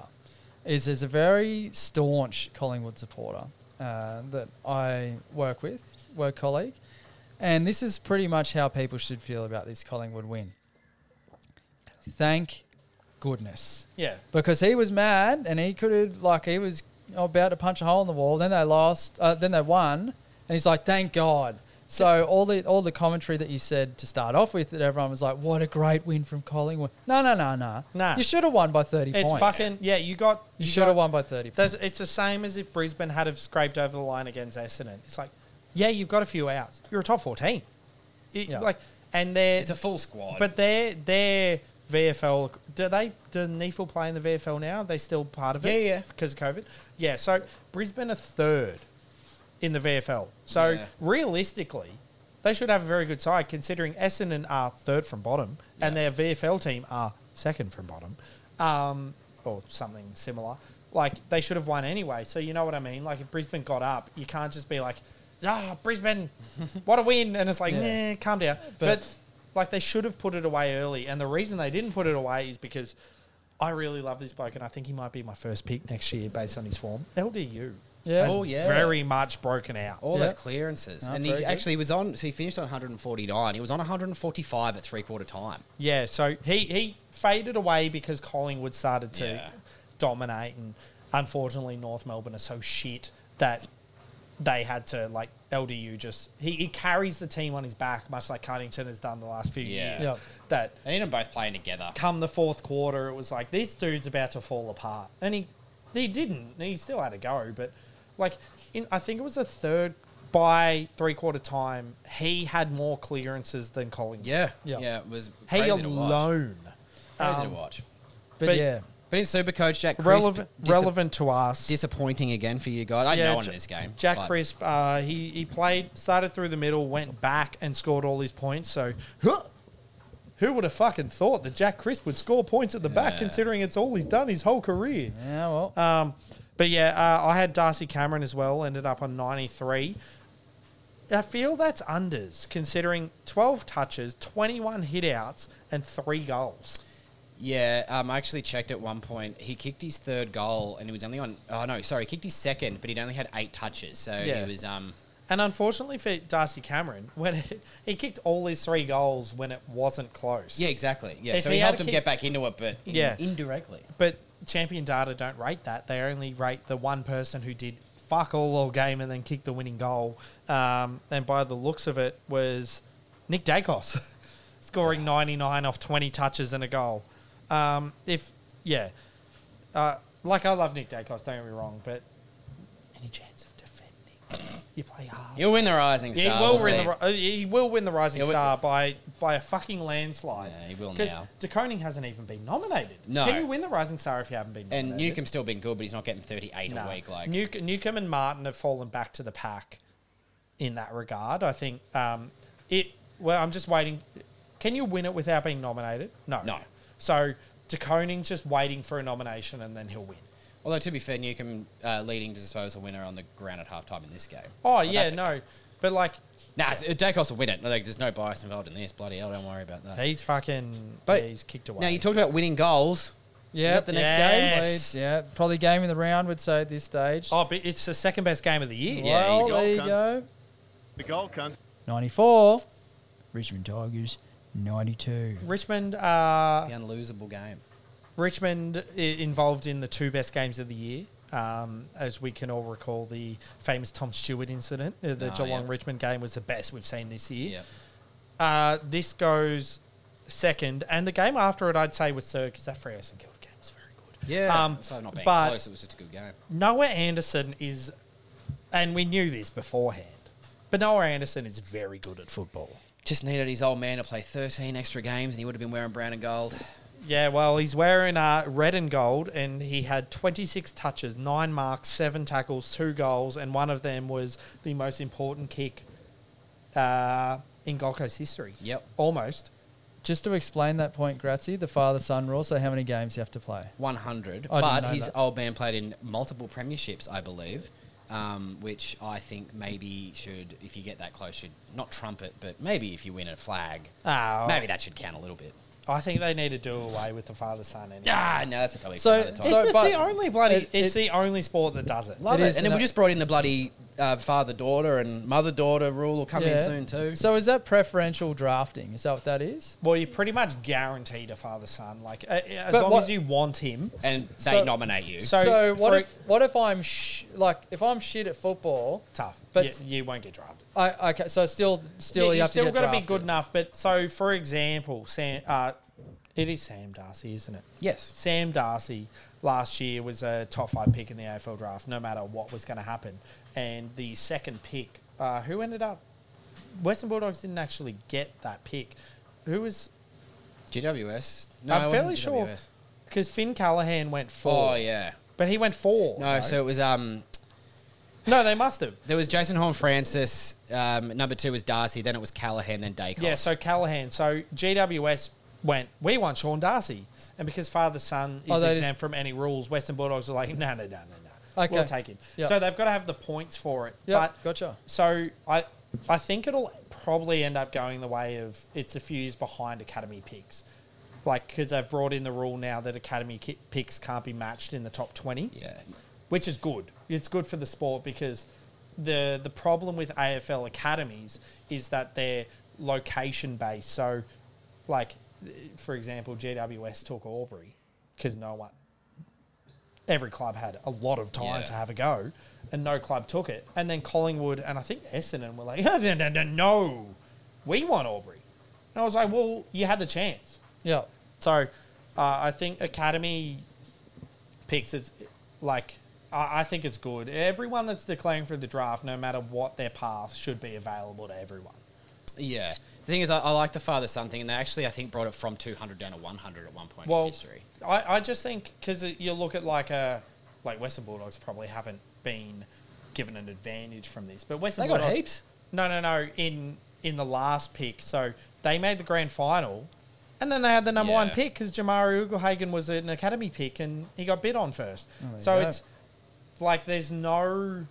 [SPEAKER 1] is there's a very staunch Collingwood supporter uh, that I work with, work colleague, and this is pretty much how people should feel about this Collingwood win. Thank goodness.
[SPEAKER 3] yeah,
[SPEAKER 1] because he was mad and he could have like he was about to punch a hole in the wall. Then they lost. Uh, then they won, and he's like, "Thank God." So all the all the commentary that you said to start off with, that everyone was like, "What a great win from Collingwood!" No, no, no, no.
[SPEAKER 3] Nah.
[SPEAKER 1] You should have won by thirty
[SPEAKER 3] it's
[SPEAKER 1] points.
[SPEAKER 3] fucking yeah. You got
[SPEAKER 1] You should have won
[SPEAKER 3] got-
[SPEAKER 1] by thirty.
[SPEAKER 3] That's,
[SPEAKER 1] Points.
[SPEAKER 3] it's the same as if Brisbane had have scraped over the line against Essendon. It's like, yeah, you've got a few outs. You're a top fourteen. It-
[SPEAKER 1] Yeah.
[SPEAKER 3] Like, and they're
[SPEAKER 2] It's a full squad.
[SPEAKER 3] but they're they're VFL. Do they do Neefel play in the VFL now? Are they still part of it?
[SPEAKER 2] Yeah, yeah.
[SPEAKER 3] Because of COVID. Yeah. So Brisbane are third in the VFL. So
[SPEAKER 2] Yeah.
[SPEAKER 3] realistically, they should have a very good side considering Essendon are third from bottom and
[SPEAKER 2] Yeah.
[SPEAKER 3] their VFL team are second from bottom, um, or something similar. Like they should have won anyway. So you know what I mean. Like if Brisbane got up, you can't just be like, ah, Brisbane, what a win, and it's like,
[SPEAKER 1] Yeah.
[SPEAKER 3] nah, Eh, calm down.
[SPEAKER 1] But-
[SPEAKER 3] but like they should have put it away early, and the reason they didn't put it away is because I really love this bloke, and I think he might be my first pick next year based on his form. LDU,
[SPEAKER 1] Yeah.
[SPEAKER 3] has
[SPEAKER 2] Oh, yeah. Oh.
[SPEAKER 3] very much broken out.
[SPEAKER 2] all
[SPEAKER 1] Yeah.
[SPEAKER 2] those clearances,
[SPEAKER 1] Oh,
[SPEAKER 2] and
[SPEAKER 1] very
[SPEAKER 2] he
[SPEAKER 1] good.
[SPEAKER 2] actually was on. So he finished on 149. He was on 145 at three quarter time.
[SPEAKER 3] Yeah, so he he faded away because Collingwood started to
[SPEAKER 2] Yeah.
[SPEAKER 3] dominate, and unfortunately, North Melbourne are so shit that they had to like LDU just he, he carries the team on his back, much like Cunnington has done the last few
[SPEAKER 2] Yeah.
[SPEAKER 3] years.
[SPEAKER 1] Yeah.
[SPEAKER 3] That
[SPEAKER 2] They need them both playing together.
[SPEAKER 3] come the fourth quarter, it was like this dude's about to fall apart, and he he didn't. He still had a go, but like in, I think it was the third by three quarter time, he had more clearances than Collingwood.
[SPEAKER 2] Yeah,
[SPEAKER 1] Yeah.
[SPEAKER 2] yeah. it was
[SPEAKER 3] he
[SPEAKER 2] crazy to watch.
[SPEAKER 3] alone.
[SPEAKER 2] Crazy
[SPEAKER 3] Um,
[SPEAKER 2] to watch.
[SPEAKER 1] but,
[SPEAKER 3] but-
[SPEAKER 1] yeah,
[SPEAKER 2] But in Supercoach, Jack Crisp,
[SPEAKER 3] relevant
[SPEAKER 2] dis-
[SPEAKER 3] relevant to us.
[SPEAKER 2] disappointing again for you guys. I know
[SPEAKER 3] Ja-
[SPEAKER 2] on this game,
[SPEAKER 3] Jack
[SPEAKER 2] but-
[SPEAKER 3] Crisp, uh, he he played started through the middle, went back and scored all his points. So huh, who would have fucking thought that Jack Crisp would score points at the back,
[SPEAKER 2] Yeah.
[SPEAKER 3] considering it's all he's done his whole career.
[SPEAKER 1] yeah. Well,
[SPEAKER 3] Um, but yeah, uh, I had Darcy Cameron as well. Ended up on ninety three. I feel that's unders, considering twelve touches, twenty one hitouts, and three goals.
[SPEAKER 2] Yeah, um, I actually checked at one point. He kicked his third goal, and he was only on. Oh no, sorry, he kicked his second, but he'd only had eight touches, so
[SPEAKER 3] Yeah.
[SPEAKER 2] he was um.
[SPEAKER 3] And unfortunately for Darcy Cameron, when he kicked all his three goals when it wasn't close.
[SPEAKER 2] Yeah, exactly. Yeah,
[SPEAKER 3] If
[SPEAKER 2] so
[SPEAKER 3] he
[SPEAKER 2] he,
[SPEAKER 3] had
[SPEAKER 2] helped
[SPEAKER 3] a
[SPEAKER 2] him
[SPEAKER 3] kick-
[SPEAKER 2] get back into it, but in-
[SPEAKER 3] Yeah.
[SPEAKER 2] indirectly.
[SPEAKER 3] But champion data don't rate that. They only rate the one person who did fuck all all game and then kicked the winning goal. Um, and by the looks of it, was Nick Dacos scoring 99 off 20 touches and a goal. Um, if yeah, uh, like I love Nick Dacos. Don't get me wrong, but any chance of defending? You play hard.
[SPEAKER 2] He'll win the Rising Star.
[SPEAKER 3] He will,
[SPEAKER 2] we'll
[SPEAKER 3] win
[SPEAKER 2] see.
[SPEAKER 3] the, ri- uh, he will win the Rising
[SPEAKER 2] He'll win-
[SPEAKER 3] Star by by a fucking landslide.
[SPEAKER 2] Yeah, he will
[SPEAKER 3] 'Cause
[SPEAKER 2] now.
[SPEAKER 3] De Koning hasn't even been nominated.
[SPEAKER 2] No.
[SPEAKER 3] Can you win the Rising Star if you haven't been nominated?
[SPEAKER 2] And Newcomb's still been good, but he's not getting 38
[SPEAKER 3] No.
[SPEAKER 2] a week. Like
[SPEAKER 3] Nuke, Newcomb and Martin have fallen back to the pack in that regard. I think um, it. Well, I'm just waiting. Can you win it without being nominated? No.
[SPEAKER 2] No.
[SPEAKER 3] So De Koning's just waiting for a nomination and then he'll win.
[SPEAKER 2] Although to be fair, Newcomb uh, leading disposal winner on the ground at halftime in this game.
[SPEAKER 3] Oh
[SPEAKER 2] But
[SPEAKER 3] yeah,
[SPEAKER 2] that's-
[SPEAKER 3] no. But like
[SPEAKER 2] Nah, it's- uh, Dacos will win it. Like, there's no bias involved in this. Bloody hell, don't worry about that.
[SPEAKER 3] he's fucking.
[SPEAKER 2] But-
[SPEAKER 3] he's kicked away.
[SPEAKER 2] Now you talked about winning goals.
[SPEAKER 1] yeah.
[SPEAKER 2] got the next
[SPEAKER 3] game?
[SPEAKER 1] Leeds, yeah, probably game in the round. Would say at this stage.
[SPEAKER 3] oh, but it's the second best game of the year.
[SPEAKER 2] Yeah,
[SPEAKER 1] well,
[SPEAKER 2] he's
[SPEAKER 1] there you
[SPEAKER 6] got-
[SPEAKER 1] go.
[SPEAKER 6] The goal comes.
[SPEAKER 1] 94. Richmond Tigers, 92.
[SPEAKER 3] Richmond. Uh,
[SPEAKER 2] The unlosable game.
[SPEAKER 3] Richmond i- involved in the two best games of the year. Um, as we can all recall, the famous Tom Stewart incident, Uh, the
[SPEAKER 2] Ah,
[SPEAKER 3] Geelong
[SPEAKER 2] yeah.
[SPEAKER 3] Richmond game was the best we've seen this year.
[SPEAKER 2] Yeah.
[SPEAKER 3] Uh, this goes second, and the game after it, I'd say, was third because that Freo and Kilda game was very good.
[SPEAKER 2] Yeah.
[SPEAKER 3] Um,
[SPEAKER 2] so not being
[SPEAKER 3] but-
[SPEAKER 2] close, it was just a good game.
[SPEAKER 3] Noah Anderson is, and we knew this beforehand, but Noah Anderson is very good at football.
[SPEAKER 2] Just needed his old man to play 13 extra games, and he would have been wearing brown and gold.
[SPEAKER 3] Yeah, well, he's wearing uh, red and gold, and he had 26 touches, nine marks, seven tackles, two goals, and one of them was the most important kick uh, in Gold Coast history.
[SPEAKER 2] Yep.
[SPEAKER 3] Almost.
[SPEAKER 1] Just to explain that point, Grazie, the father son rule. So, how many games you have to play?
[SPEAKER 2] 100.
[SPEAKER 1] I didn't
[SPEAKER 2] but
[SPEAKER 1] know
[SPEAKER 2] his
[SPEAKER 1] that.
[SPEAKER 2] old man played in multiple premierships, I believe, um, which I think maybe should, if you get that close, should not trump it, but maybe if you win a flag,
[SPEAKER 3] Oh.
[SPEAKER 2] maybe that should count a little bit.
[SPEAKER 3] I think they need to do away with the father son. Anyway.
[SPEAKER 2] Ah, no, that's a topic
[SPEAKER 1] So-
[SPEAKER 2] for another time.
[SPEAKER 1] so-
[SPEAKER 3] it's
[SPEAKER 1] but-
[SPEAKER 3] the only bloody.
[SPEAKER 1] it-
[SPEAKER 3] it's
[SPEAKER 1] it-
[SPEAKER 3] the only sport that does it.
[SPEAKER 2] Love
[SPEAKER 1] It
[SPEAKER 2] it.
[SPEAKER 1] is
[SPEAKER 2] And then
[SPEAKER 1] an-
[SPEAKER 2] we just brought in the bloody uh, father-daughter and mother-daughter rule will come in soon too.
[SPEAKER 1] So, is that preferential drafting? Is that what that is?
[SPEAKER 3] Well, you're pretty much guaranteed a father son. Like uh, as
[SPEAKER 1] But
[SPEAKER 3] long
[SPEAKER 1] what-
[SPEAKER 3] as you want him.
[SPEAKER 2] and they
[SPEAKER 1] so-
[SPEAKER 2] nominate you.
[SPEAKER 3] so-
[SPEAKER 1] So, what
[SPEAKER 3] for-
[SPEAKER 1] if what if I'm sh- like if I'm shit at football?
[SPEAKER 3] tough,
[SPEAKER 1] But-
[SPEAKER 3] but you, you won't get drafted.
[SPEAKER 1] I okay. So still, still
[SPEAKER 3] Yeah,
[SPEAKER 1] you
[SPEAKER 3] you've
[SPEAKER 1] have
[SPEAKER 3] still
[SPEAKER 1] to get
[SPEAKER 3] got to be
[SPEAKER 1] drafted.
[SPEAKER 3] good enough. But so, for example, Sam, uh, it is Sam Darcy, isn't it?
[SPEAKER 2] yes.
[SPEAKER 3] Sam Darcy last year was a top five pick in the AFL draft, no matter what was going to happen. And the second pick, uh, who ended up? Western Bulldogs didn't actually get that pick. Who was?
[SPEAKER 2] GWS. No, it
[SPEAKER 3] I'm
[SPEAKER 2] wasn't
[SPEAKER 3] fairly sure
[SPEAKER 2] GWS.
[SPEAKER 3] because Finn Callahan went four.
[SPEAKER 2] Oh yeah.
[SPEAKER 3] But he went four.
[SPEAKER 2] No, so it was um
[SPEAKER 3] no, they must have.
[SPEAKER 2] there was Jason Horn Francis, um, number two was Darcy, then it was Callahan, then Dacos.
[SPEAKER 3] Yeah, so Callahan. So GWS went, we want Sean Darcy. And because father son is
[SPEAKER 1] Oh, they just-
[SPEAKER 3] exempt from any rules, Western Bulldogs are like, no, no, no, no, no.
[SPEAKER 1] Okay.
[SPEAKER 3] We'll take him.
[SPEAKER 1] Yeah.
[SPEAKER 3] So they've got to have the points for it.
[SPEAKER 1] Yeah,
[SPEAKER 3] but
[SPEAKER 1] gotcha.
[SPEAKER 3] So I, I think it'll probably end up going the way of it's a few years behind academy picks. Like, because they've brought in the rule now that academy ki- picks can't be matched in the top 20
[SPEAKER 2] yeah.
[SPEAKER 3] which is good. It's good for the sport because the the problem with AFL academies is that they're location based. So, like for example, GWS took Aubrey because no one, every club had a lot of time
[SPEAKER 2] Yeah.
[SPEAKER 3] to have a go, and no club took it. And then Collingwood and I think Essendon were like, no, no, no, no, no. we want Aubrey. And I was like, well, you had the chance.
[SPEAKER 1] Yeah.
[SPEAKER 3] So uh, I think Academy picks it's like I, I think it's good. Everyone that's declaring for the draft, no matter what their path, should be available to everyone.
[SPEAKER 2] Yeah. The thing is I, I like the father son thing and they actually I think brought it from two hundred down to one hundred at one point
[SPEAKER 3] Well,
[SPEAKER 2] in history.
[SPEAKER 3] I, I just think because you look at like a like Western Bulldogs probably haven't been given an advantage from this, but Western
[SPEAKER 2] They got
[SPEAKER 3] Bulldogs-
[SPEAKER 2] heaps.
[SPEAKER 3] No, no, no. In in the last pick, so they made the grand final, and then they had the number one
[SPEAKER 2] Yeah.
[SPEAKER 3] pick because Jamari Ugelhagen was an academy pick and he got bid on first.
[SPEAKER 1] you
[SPEAKER 3] so
[SPEAKER 1] go.
[SPEAKER 3] it's like there's no.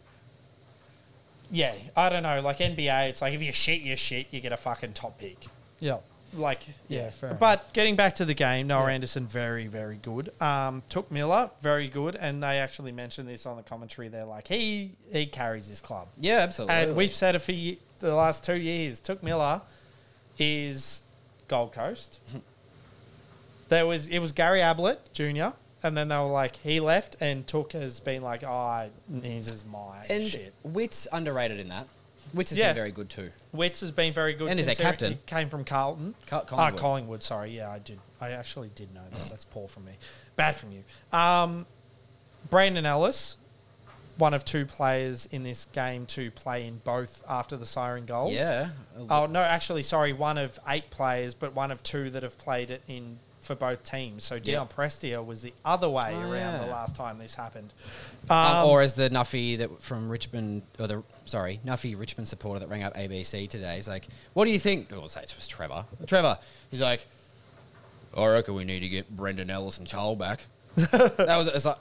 [SPEAKER 3] Yeah, I don't know. Like NBA, it's like if you shit, you shit, you get a fucking top pick
[SPEAKER 1] Yeah.
[SPEAKER 3] like
[SPEAKER 1] Yeah,
[SPEAKER 3] yeah,
[SPEAKER 1] fair
[SPEAKER 3] but getting back to the game noah anderson very very good um, took miller very good and they actually mentioned this on the commentary they're like he he carries his club
[SPEAKER 2] Yeah, absolutely.
[SPEAKER 3] and we've said it for ye- the last two years took miller is gold coast there was it was gary ablett jr and then they were like he left and took has been like oh his is my
[SPEAKER 2] and
[SPEAKER 3] shit
[SPEAKER 2] Witt's underrated in that. Which has
[SPEAKER 3] Yeah.
[SPEAKER 2] been very good too.
[SPEAKER 3] Wits has been very good.
[SPEAKER 2] And he's their
[SPEAKER 3] considering
[SPEAKER 2] captain.
[SPEAKER 3] He came from Carlton.
[SPEAKER 2] Col-
[SPEAKER 3] Ah,
[SPEAKER 2] Collingwood.
[SPEAKER 3] Collingwood, sorry. Yeah, I did. I actually did know that. That's poor from me. Bad from you. Um, Brandon Ellis, one of two players in this game to play in both after the siren goals.
[SPEAKER 2] Yeah.
[SPEAKER 3] Oh, no, actually, sorry. One of eight players, but one of two that have played it in for both teams. So Dion Prestia was the other way
[SPEAKER 2] Oh,
[SPEAKER 3] around the
[SPEAKER 2] yeah.
[SPEAKER 3] last time this happened.
[SPEAKER 2] Um, or as the Nuffy that from Richmond, or the sorry Nuffy Richmond supporter that rang up ABC today, he's like, "What do you think?" Oh, say it was Trevor. Trevor, he's like, "I reckon we need to get Brendan Ellis and Charles back." that was it's like,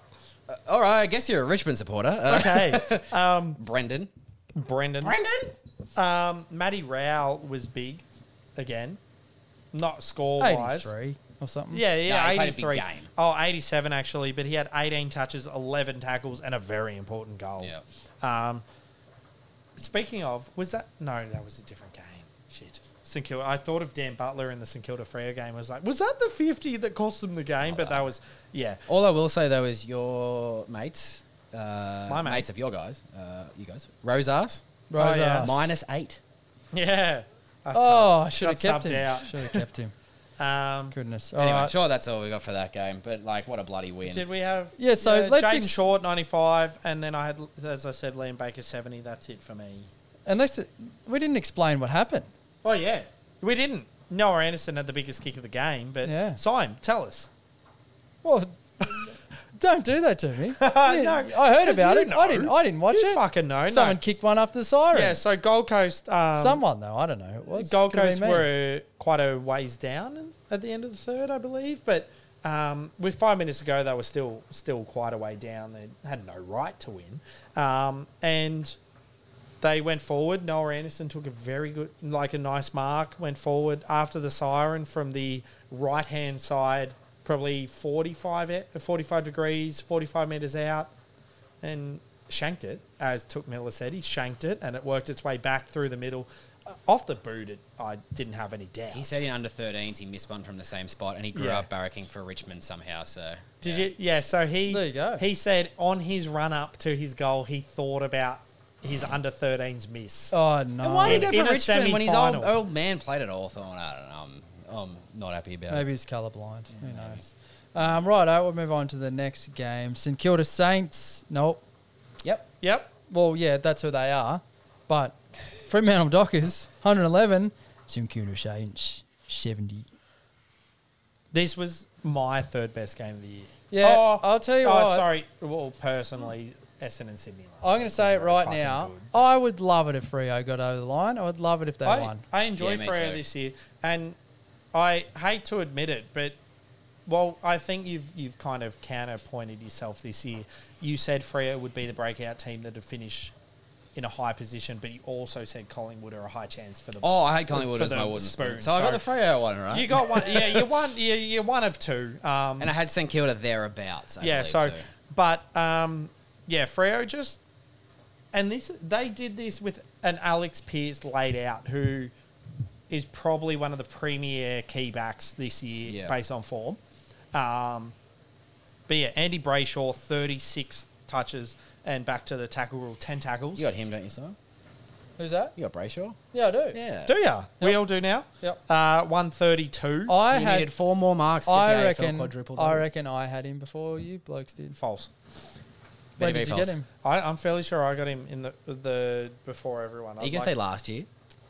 [SPEAKER 2] uh, all right, I guess you're a Richmond supporter. Uh,
[SPEAKER 3] Okay.
[SPEAKER 2] Brendan.
[SPEAKER 3] Brendan.
[SPEAKER 2] Brendan.
[SPEAKER 3] Um, Matty Rowell was big again, not score wise.
[SPEAKER 1] Eighty-three or something.
[SPEAKER 3] Yeah,
[SPEAKER 2] No,
[SPEAKER 3] yeah,
[SPEAKER 2] he played a big
[SPEAKER 3] 83.
[SPEAKER 2] game.
[SPEAKER 3] Oh, 87 actually, but he had 18 touches, 11 tackles, and a very important goal.
[SPEAKER 2] Yeah.
[SPEAKER 3] Um, speaking of, was that. No, that was a different game. Shit. St Kilda. I thought of Dan Butler in the St Kilda Freo game. I was like, was that the 50 that cost them the game? but that was. Yeah.
[SPEAKER 2] All I will say though is your mates, uh,
[SPEAKER 3] My mate.
[SPEAKER 2] mates of your guys, uh, you guys, Rose ass,
[SPEAKER 1] Rose
[SPEAKER 3] Oh, yeah.
[SPEAKER 1] Arse.
[SPEAKER 2] minus eight.
[SPEAKER 3] Yeah. That's
[SPEAKER 1] uh, Oh, I should have
[SPEAKER 3] Got
[SPEAKER 1] kept
[SPEAKER 3] subbed
[SPEAKER 1] him.
[SPEAKER 3] out.
[SPEAKER 1] Should have kept him.
[SPEAKER 3] tough. Um,
[SPEAKER 1] Goodness.
[SPEAKER 2] Anyway,
[SPEAKER 1] Alright.
[SPEAKER 2] sure, that's all we got for that game. But like, what a bloody win!
[SPEAKER 3] Did we have
[SPEAKER 1] Yeah, so let's
[SPEAKER 3] Jaden
[SPEAKER 1] ex-
[SPEAKER 3] Short ninety five, and then I had, as I said, Liam Baker seventy. That's it for me.
[SPEAKER 1] Unless it, we didn't explain what happened.
[SPEAKER 3] Oh yeah, we didn't. Noah Anderson had the biggest kick of the game, but
[SPEAKER 1] Yeah.
[SPEAKER 3] Sime, tell us.
[SPEAKER 1] Well, Don't do that to me. no, I heard
[SPEAKER 3] 'cause
[SPEAKER 1] about
[SPEAKER 3] you
[SPEAKER 1] it.
[SPEAKER 3] know.
[SPEAKER 1] I didn't. I didn't watch
[SPEAKER 3] You
[SPEAKER 1] it.
[SPEAKER 3] fucking know, no.
[SPEAKER 1] Someone kicked one after the siren.
[SPEAKER 3] Yeah, so Gold Coast. Um,
[SPEAKER 1] Someone though. I don't know. who It was
[SPEAKER 3] Gold
[SPEAKER 1] Could've
[SPEAKER 3] Coast
[SPEAKER 1] been me.
[SPEAKER 3] were quite a ways down in- at the end of the third, I believe. But um, with five minutes ago, they were still still quite a way down. They had no right to win, um, and they went forward. Noah Anderson took a very good, like a nice mark. Went forward after the siren from the right hand side, probably 45, e- 45 degrees, forty five meters out and shanked it, as Took Miller said. He shanked it, and it worked its way back through the middle. Uh, Off the boot, it, I didn't have any doubt.
[SPEAKER 2] He said in under 13s he missed one from the same spot and he grew
[SPEAKER 3] Yeah. Uh,
[SPEAKER 2] up barracking for Richmond somehow. So
[SPEAKER 3] Did you? Yeah. So he.
[SPEAKER 1] There you go.
[SPEAKER 3] He said on his run up to his goal, he thought about his under 13s miss.
[SPEAKER 1] Oh no.
[SPEAKER 2] And why did he
[SPEAKER 3] In
[SPEAKER 2] go for
[SPEAKER 3] a
[SPEAKER 2] Richmond when his old,
[SPEAKER 3] semi-final.
[SPEAKER 2] old man played at Hawthorn? I don't know. I'm, I'm not happy about
[SPEAKER 1] Maybe
[SPEAKER 2] it.
[SPEAKER 1] he's colorblind. Who knows? Um, right, I will move on to the next game. St Kilda Saints. Nope. Yep.
[SPEAKER 3] Yep.
[SPEAKER 1] Well, yeah, that's who they are. But Fremantle Dockers, 111. St Kilda Saints, 70.
[SPEAKER 3] This was my third best game of the year.
[SPEAKER 1] Yeah, I'll tell you
[SPEAKER 3] oh,
[SPEAKER 1] what.
[SPEAKER 3] Sorry. Well, personally, Essendon Sydney.
[SPEAKER 1] I'm
[SPEAKER 3] last night
[SPEAKER 1] going to
[SPEAKER 3] was
[SPEAKER 1] say it
[SPEAKER 3] really
[SPEAKER 1] right
[SPEAKER 3] fucking
[SPEAKER 1] now.
[SPEAKER 3] good.
[SPEAKER 1] I would love it if Rio got over the line. I would love it if they
[SPEAKER 3] I,
[SPEAKER 1] won.
[SPEAKER 3] I enjoy
[SPEAKER 2] Yeah, me
[SPEAKER 3] Freo
[SPEAKER 2] too.
[SPEAKER 3] this year, and I hate to admit it, but well, I think you've you've kind of counterpointed yourself this year. You said Freo would be the breakout team that would finish in a high position, but you also said Collingwood are a high chance for the.
[SPEAKER 2] Oh, I had Collingwood
[SPEAKER 3] for
[SPEAKER 2] as
[SPEAKER 3] the
[SPEAKER 2] my wooden spoon.
[SPEAKER 3] spoon,
[SPEAKER 2] So I got
[SPEAKER 3] so-
[SPEAKER 2] the Freo one, right?
[SPEAKER 3] You got one, yeah. You one, yeah. You're one of two. Um,
[SPEAKER 2] and I had St Kilda thereabouts. I
[SPEAKER 3] yeah.
[SPEAKER 2] believe,
[SPEAKER 3] So,
[SPEAKER 2] too.
[SPEAKER 3] but um, yeah, Freo just and this they did this with an Alex Pierce laid out who is probably one of the premier key backs this year
[SPEAKER 2] Yeah.
[SPEAKER 3] based on form. Um, but yeah, Andy Brayshaw, thirty six touches and back to the tackle rule, ten tackles.
[SPEAKER 2] you got him, don't you, Simon?
[SPEAKER 1] Who's that?
[SPEAKER 2] You got Brayshaw.
[SPEAKER 1] Yeah, I do.
[SPEAKER 2] Yeah.
[SPEAKER 3] Do ya? We
[SPEAKER 1] Yep.
[SPEAKER 3] all do now.
[SPEAKER 1] Yep.
[SPEAKER 3] Uh, one thirty two.
[SPEAKER 1] I
[SPEAKER 2] you
[SPEAKER 1] had.
[SPEAKER 2] needed four more marks. To get
[SPEAKER 1] I
[SPEAKER 2] the AFL
[SPEAKER 1] reckon.
[SPEAKER 2] quadruple.
[SPEAKER 1] I
[SPEAKER 2] double.
[SPEAKER 1] reckon I had him before you blokes did.
[SPEAKER 3] False.
[SPEAKER 1] Where
[SPEAKER 2] Very,
[SPEAKER 1] did you
[SPEAKER 2] very
[SPEAKER 1] get
[SPEAKER 2] false.
[SPEAKER 1] him?
[SPEAKER 3] I, I'm fairly sure I got him in the the before everyone.
[SPEAKER 2] Are you gonna say last year?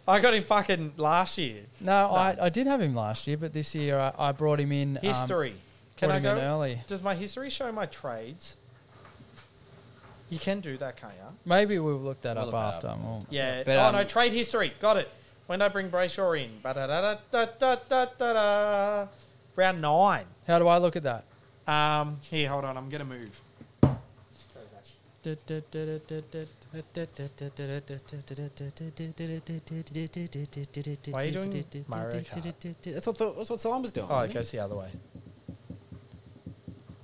[SPEAKER 3] I got him fucking last year.
[SPEAKER 1] No,
[SPEAKER 3] No.
[SPEAKER 1] I, I did have him last year, but this year I, I brought him in. um,
[SPEAKER 3] History. can
[SPEAKER 1] brought
[SPEAKER 3] I
[SPEAKER 1] him in
[SPEAKER 3] go
[SPEAKER 1] early.
[SPEAKER 3] Does my history show my trades? You can do that, can't you?
[SPEAKER 1] maybe we'll look that
[SPEAKER 2] We'll
[SPEAKER 1] up
[SPEAKER 2] look that
[SPEAKER 1] after.
[SPEAKER 2] up.
[SPEAKER 1] We'll-
[SPEAKER 3] Yeah.
[SPEAKER 2] But,
[SPEAKER 3] oh
[SPEAKER 2] um,
[SPEAKER 3] no, trade history. Got it. When did I bring Brayshaw in, Ba-da-da-da-da-da-da-da. round nine.
[SPEAKER 1] How do I look at that?
[SPEAKER 3] Um, here, hold on. I'm gonna move.
[SPEAKER 1] Du- du- du- du- du- du- du-
[SPEAKER 3] Why are you doing Mario Kart?
[SPEAKER 2] That's what the, that's what Simon was doing.
[SPEAKER 3] Oh, it goes the other way.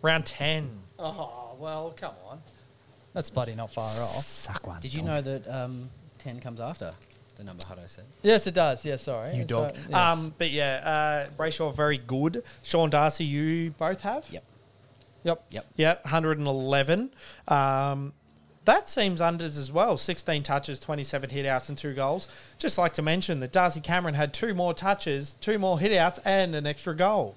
[SPEAKER 3] Round ten.
[SPEAKER 1] Oh well, come on. That's bloody not far off.
[SPEAKER 3] Suck one.
[SPEAKER 2] Did you know that um, ten comes after the number Hutto said?
[SPEAKER 1] Yes, it does. Yeah, sorry.
[SPEAKER 3] You
[SPEAKER 1] So-
[SPEAKER 3] dog.
[SPEAKER 1] yes.
[SPEAKER 3] Um, but yeah, uh, Brayshaw very good. Sean Darcy, you both have.
[SPEAKER 2] Yep.
[SPEAKER 1] Yep.
[SPEAKER 2] Yep.
[SPEAKER 3] Yep, 111. Um, that seems unders as well. 16 touches, 27 hitouts, and two goals. Just like to mention that Darcy Cameron had two more touches, two more hitouts, and an extra goal.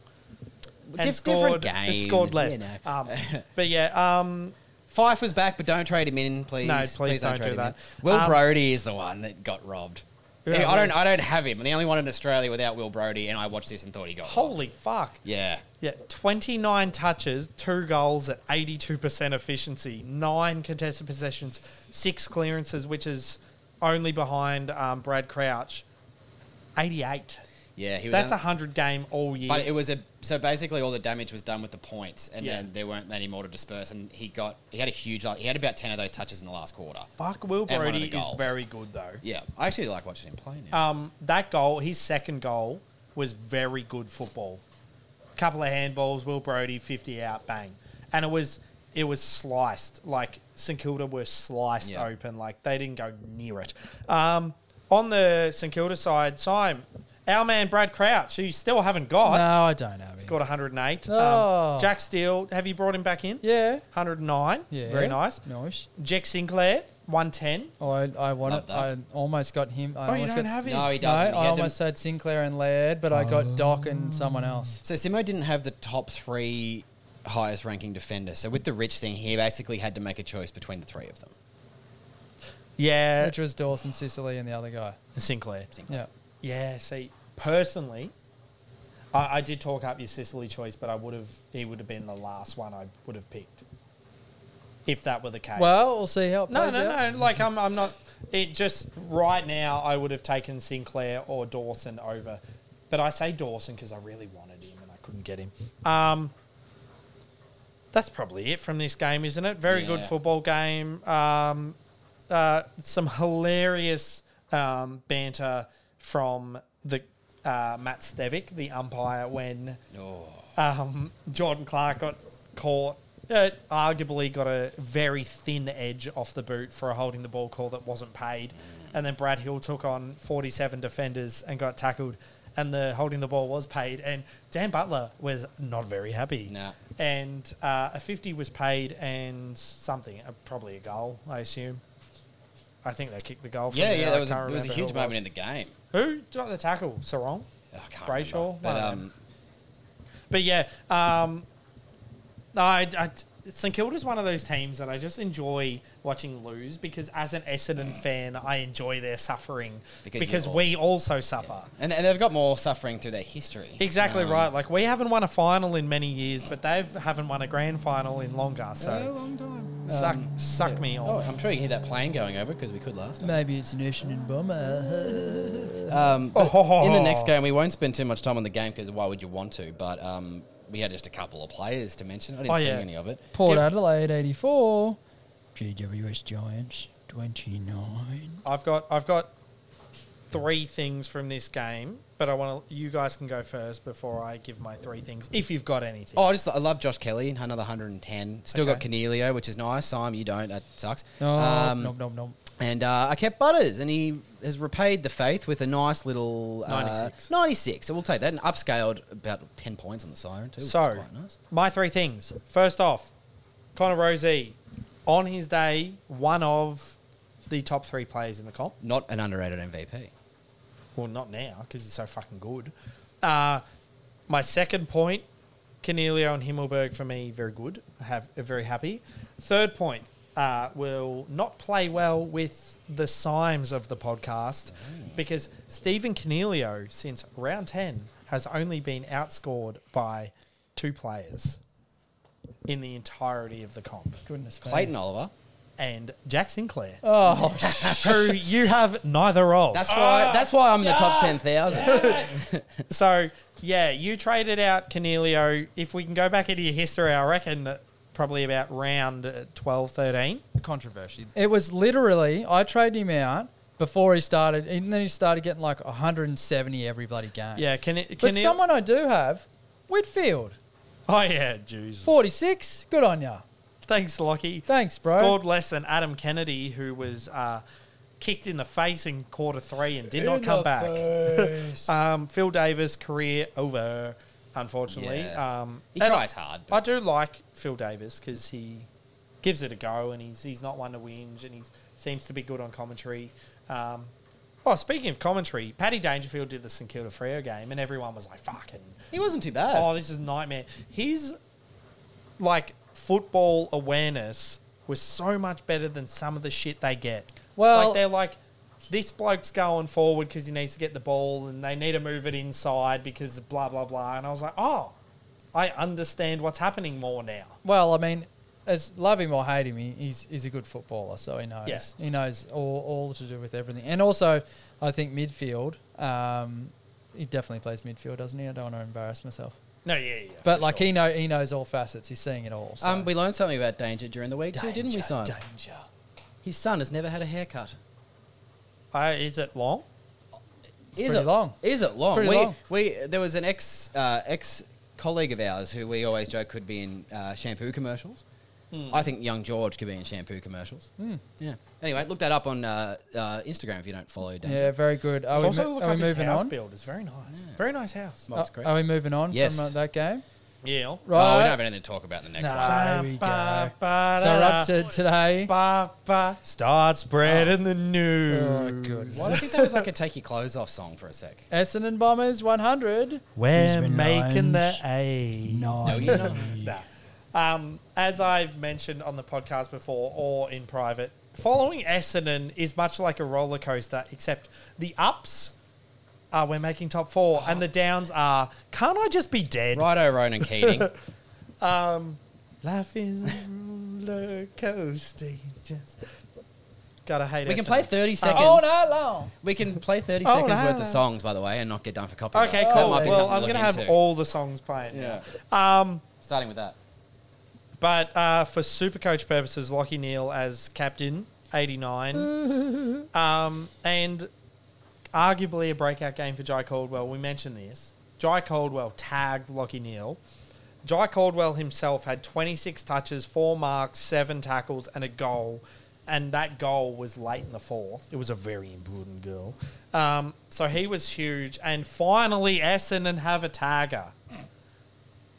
[SPEAKER 3] And
[SPEAKER 2] Diff- different games.
[SPEAKER 3] It scored less.
[SPEAKER 2] you know.
[SPEAKER 3] um, but yeah, um,
[SPEAKER 2] Fife was back, but don't trade him in, please.
[SPEAKER 3] No, please don't do that.
[SPEAKER 2] in. Will
[SPEAKER 3] Um,
[SPEAKER 2] Brody is the one that got robbed.
[SPEAKER 3] Yeah,
[SPEAKER 2] Hey, I
[SPEAKER 3] well-
[SPEAKER 2] don't. I don't have him. I'm the only one in Australia without Will Brody, and I watched this and thought he got robbed.
[SPEAKER 3] holy fuck.
[SPEAKER 2] Yeah.
[SPEAKER 3] Yeah, 29 touches, two goals at 82% efficiency, nine contested possessions, six clearances, which is only behind um, Brad Crouch. 88.
[SPEAKER 2] Yeah. He was
[SPEAKER 3] That's a
[SPEAKER 2] un-
[SPEAKER 3] 100 game all year.
[SPEAKER 2] But it was a so basically all the damage was done with the points, and
[SPEAKER 3] Yeah.
[SPEAKER 2] then there weren't many more to disperse. And he got he had a huge like he had about ten of those touches in the last quarter.
[SPEAKER 3] Fuck, Will
[SPEAKER 2] And one of
[SPEAKER 3] Brody
[SPEAKER 2] the
[SPEAKER 3] is
[SPEAKER 2] goals.
[SPEAKER 3] very good, though.
[SPEAKER 2] Yeah, I actually like watching him play now.
[SPEAKER 3] Um, that goal, his second goal, was very good football. Couple of handballs, Will Brody, 50 out, bang. And it was it was sliced. Like, St Kilda were sliced
[SPEAKER 2] Yeah.
[SPEAKER 3] open. Like, they didn't go near it. Um, on the St Kilda side, Sime, our man Brad Crouch, who you still haven't got,
[SPEAKER 1] No, I don't have him.
[SPEAKER 3] scored 108.
[SPEAKER 1] Oh.
[SPEAKER 3] Um, Jack Steele, have you brought him back in?
[SPEAKER 1] Yeah.
[SPEAKER 3] 109.
[SPEAKER 1] Yeah.
[SPEAKER 3] Very nice.
[SPEAKER 1] Nice.
[SPEAKER 3] Jack Sinclair, 110.
[SPEAKER 1] I I
[SPEAKER 2] Love
[SPEAKER 1] wanted. I
[SPEAKER 2] that.
[SPEAKER 1] almost got him. I
[SPEAKER 3] Oh, you
[SPEAKER 1] almost
[SPEAKER 3] don't
[SPEAKER 1] got
[SPEAKER 3] have him?
[SPEAKER 2] no, he
[SPEAKER 1] No,
[SPEAKER 2] doesn't.
[SPEAKER 1] I
[SPEAKER 2] He had them-
[SPEAKER 1] almost had Sinclair and Laird, but I got Doc
[SPEAKER 3] Oh.
[SPEAKER 1] and someone else.
[SPEAKER 2] So Simo didn't have the top three highest ranking defender. So with the rich thing, he basically had to make a choice between the three of them.
[SPEAKER 3] Yeah.
[SPEAKER 1] Which was Dawson, Sicily, and the other guy.
[SPEAKER 3] Sinclair.
[SPEAKER 1] Yeah.
[SPEAKER 3] Yeah, see, personally, I, I did talk up your Sicily choice, but I would have. He would have been the last one I would have picked if that were the case.
[SPEAKER 1] Well, we'll see how it
[SPEAKER 3] no,
[SPEAKER 1] plays out.
[SPEAKER 3] no, no. Like I'm, I'm not. It just right now, I would have taken Sinclair or Dawson over, but I say Dawson because I really wanted him and I couldn't get him. Um, that's probably it from this game, isn't it? Very good
[SPEAKER 2] Yeah.
[SPEAKER 3] football game. Um, uh, some hilarious um, banter from the uh, Matt Stevick, the umpire, when
[SPEAKER 2] Oh.
[SPEAKER 3] um, Jordan Clark got caught. Uh, arguably got a very thin edge off the boot for a holding the ball call that wasn't paid, and then Brad Hill took on 47 defenders and got tackled, and the holding the ball was paid, and Dan Butler was not very happy.
[SPEAKER 2] Nah.
[SPEAKER 3] And uh, a 50 was paid and something, uh, probably a goal, I assume. I think they kicked the goal. From
[SPEAKER 2] Yeah,
[SPEAKER 3] there.
[SPEAKER 2] yeah,
[SPEAKER 3] I
[SPEAKER 2] there was a,
[SPEAKER 3] can't
[SPEAKER 2] it was a
[SPEAKER 3] remember who
[SPEAKER 2] huge
[SPEAKER 3] it
[SPEAKER 2] moment
[SPEAKER 3] was.
[SPEAKER 2] in the game.
[SPEAKER 3] Who got the tackle? Sarong.
[SPEAKER 2] Oh, I can't
[SPEAKER 3] Brayshaw?
[SPEAKER 2] remember. But
[SPEAKER 3] One of
[SPEAKER 2] um,
[SPEAKER 3] But yeah, um, I, I, St Kilda's one of those teams that I just enjoy watching lose because as an Essendon fan, I enjoy their suffering
[SPEAKER 2] Because
[SPEAKER 3] because,
[SPEAKER 2] you all-
[SPEAKER 3] we also suffer.
[SPEAKER 2] and, and they've got more suffering through their history.
[SPEAKER 3] Exactly right. Like we haven't won a final in many years, but they haven't won a grand final in longer. So
[SPEAKER 2] long time.
[SPEAKER 3] suck, suck me
[SPEAKER 2] Oh,
[SPEAKER 3] off.
[SPEAKER 2] I'm sure you can hear that plane going over because we could last time.
[SPEAKER 1] Maybe it's an Essendon bomber.
[SPEAKER 2] Um, but
[SPEAKER 3] Oh.
[SPEAKER 2] In the next game, we won't spend too much time on the game because why would you want to? But um, we had just a couple of players to mention. I didn't
[SPEAKER 3] Oh,
[SPEAKER 2] see
[SPEAKER 3] yeah.
[SPEAKER 2] any of it.
[SPEAKER 1] Port
[SPEAKER 3] Give-
[SPEAKER 1] Adelaide 84. GWS Giants 29.
[SPEAKER 3] I've got, I've got three things from this game, but I want to. You guys can go first before I give my three things, if you've got anything.
[SPEAKER 2] Oh, I just I love Josh Kelly. Another 110. Still got
[SPEAKER 3] Okay.
[SPEAKER 2] Cornelio, which is nice. Simon, you don't. That sucks.
[SPEAKER 1] No,
[SPEAKER 2] Um,
[SPEAKER 1] no, no, no.
[SPEAKER 2] And uh, I kept Butters, and he has repaid the faith with a nice little uh,
[SPEAKER 3] 96.
[SPEAKER 2] 96. So we'll take that and upscaled about 10 points on the siren, too. which is
[SPEAKER 3] So,
[SPEAKER 2] quite nice.
[SPEAKER 3] my three things. First off, Connor Rosie, on his day, one of the top three players in the comp.
[SPEAKER 2] Not an underrated MVP.
[SPEAKER 3] Well, not now because he's so fucking good. Uh, my second point, Cornelio and Himmelberg for me, very good. I have very happy. Third point, uh, will not play well with the Symes of the podcast because Stephen Cornelio, since round 10, has only been outscored by two players in the entirety of the comp
[SPEAKER 1] Goodness me.
[SPEAKER 2] Clayton Oliver.
[SPEAKER 3] and Jack Sinclair,
[SPEAKER 1] Oh,
[SPEAKER 3] who you have neither of.
[SPEAKER 2] That's
[SPEAKER 3] Ah,
[SPEAKER 2] why. That's why I'm in the top ten thousand.
[SPEAKER 3] So yeah, you traded out Canelio. If we can go back into your history, I reckon probably about round uh, 12, 13.
[SPEAKER 1] controversy. It was literally I traded him out before he started, and then he started getting like 170 every bloody game.
[SPEAKER 3] Yeah, can it?
[SPEAKER 1] but someone I do have, Whitfield,
[SPEAKER 3] Oh yeah, Jesus.
[SPEAKER 1] 46. Good on ya.
[SPEAKER 3] Thanks, Lockie.
[SPEAKER 1] Thanks, bro.
[SPEAKER 3] Scored less than Adam Kennedy, who was uh, kicked in the face in quarter three and did not come back. um, Phil Davis career over, unfortunately.
[SPEAKER 2] Yeah.
[SPEAKER 3] Um,
[SPEAKER 2] He
[SPEAKER 3] and
[SPEAKER 2] tries hard, but-
[SPEAKER 3] I do like Phil Davis because he gives it a go and he's he's not one to whinge and he seems to be good on commentary. Um, oh, speaking of commentary, Paddy Dangerfield did the St Kilda Freo game and everyone was like, "Fucking."
[SPEAKER 2] he wasn't too bad.
[SPEAKER 3] Oh, this is nightmare. His like football awareness was so much better than some of the shit they get.
[SPEAKER 1] Well-
[SPEAKER 3] like they're like this bloke's going forward because he needs to get the ball, and they need to move it inside because blah blah blah. And I was like, oh, I understand what's happening more now.
[SPEAKER 1] Well, I mean, as love him or hate him, he, he's, he's a good footballer, so he knows.
[SPEAKER 3] Yeah.
[SPEAKER 1] He knows all, all to do with everything. And also, I think midfield, um, he definitely plays midfield, doesn't he? I don't want to embarrass myself.
[SPEAKER 3] No, yeah, yeah.
[SPEAKER 1] But
[SPEAKER 3] for
[SPEAKER 1] like
[SPEAKER 3] sure.
[SPEAKER 1] he know he knows all facets. He's seeing it all. So.
[SPEAKER 2] um, we learned something about danger during the week too, didn't we, Simon?
[SPEAKER 1] Danger.
[SPEAKER 2] His son has never had a haircut.
[SPEAKER 3] Uh, is it long?
[SPEAKER 2] is
[SPEAKER 1] pretty
[SPEAKER 2] it
[SPEAKER 1] long.
[SPEAKER 2] Is it long?
[SPEAKER 1] pretty
[SPEAKER 2] we,
[SPEAKER 1] long.
[SPEAKER 2] we there was an ex uh, ex colleague of ours who we always joke could be in uh, shampoo commercials.
[SPEAKER 1] Hmm.
[SPEAKER 2] I think young George could be in shampoo commercials. Yeah. Anyway, look that up on uh, uh, Instagram if you don't follow Danger. Oh,
[SPEAKER 1] Yeah, very good. Are we,
[SPEAKER 3] also,
[SPEAKER 1] mo-
[SPEAKER 3] look
[SPEAKER 1] are
[SPEAKER 3] up
[SPEAKER 1] we
[SPEAKER 3] his
[SPEAKER 1] moving
[SPEAKER 3] house
[SPEAKER 1] on?
[SPEAKER 3] build. It's very nice. Very nice house.
[SPEAKER 2] Mob's
[SPEAKER 1] Uh,
[SPEAKER 2] Creek.
[SPEAKER 1] are we moving on
[SPEAKER 2] Yes.
[SPEAKER 1] from uh, that game?
[SPEAKER 3] Yeah.
[SPEAKER 2] Oh, we
[SPEAKER 1] Right.
[SPEAKER 2] don't have anything to talk about in the next one.
[SPEAKER 1] Nah, there we
[SPEAKER 3] Ba,
[SPEAKER 1] go.
[SPEAKER 3] ba,
[SPEAKER 1] So we're
[SPEAKER 3] da,
[SPEAKER 1] up to today.
[SPEAKER 3] Ba, ba, start spreading the news.
[SPEAKER 1] Oh, good.
[SPEAKER 2] Why do you think that was like a take your clothes off song for a sec?
[SPEAKER 1] Essendon Bombers 100.
[SPEAKER 3] We're
[SPEAKER 1] Brisbane
[SPEAKER 3] making the
[SPEAKER 1] Lions.
[SPEAKER 3] A.
[SPEAKER 1] No,
[SPEAKER 2] you're not.
[SPEAKER 3] Nah. Um, as I've mentioned on the podcast before or in private, following Essendon is much like a roller coaster, except the ups uh, we're making top
[SPEAKER 1] Oh.
[SPEAKER 3] four. And the downs are, can't I just be dead?
[SPEAKER 2] Righto, Ronan Keating.
[SPEAKER 3] Life is a roller coaster. you Just gotta hate
[SPEAKER 2] We can
[SPEAKER 3] SNL.
[SPEAKER 2] play
[SPEAKER 1] Uh,
[SPEAKER 2] 30 seconds.
[SPEAKER 1] All night long.
[SPEAKER 2] We can play 30
[SPEAKER 3] Oh,
[SPEAKER 2] seconds
[SPEAKER 3] no,
[SPEAKER 2] worth
[SPEAKER 3] no.
[SPEAKER 2] of songs, by the way, and not get done for copyright.
[SPEAKER 3] Okay,
[SPEAKER 2] That
[SPEAKER 3] cool.
[SPEAKER 2] might be
[SPEAKER 3] well,
[SPEAKER 2] something
[SPEAKER 3] I'm
[SPEAKER 2] look
[SPEAKER 3] gonna have
[SPEAKER 2] into.
[SPEAKER 3] all the songs playing. now.
[SPEAKER 2] Yeah.
[SPEAKER 3] Um,
[SPEAKER 2] Starting with that.
[SPEAKER 3] but uh, for super coach purposes, Lockie Neal as captain, 89, um, and arguably a breakout game for Jai Caldwell. We mentioned this. Jai Caldwell tagged Lockie Neal. Jai Caldwell himself had 26 touches, four marks, seven tackles, and a goal. And that goal was late in the fourth. It was a very important goal. Um, so he was huge. And finally, Essendon have a tagger.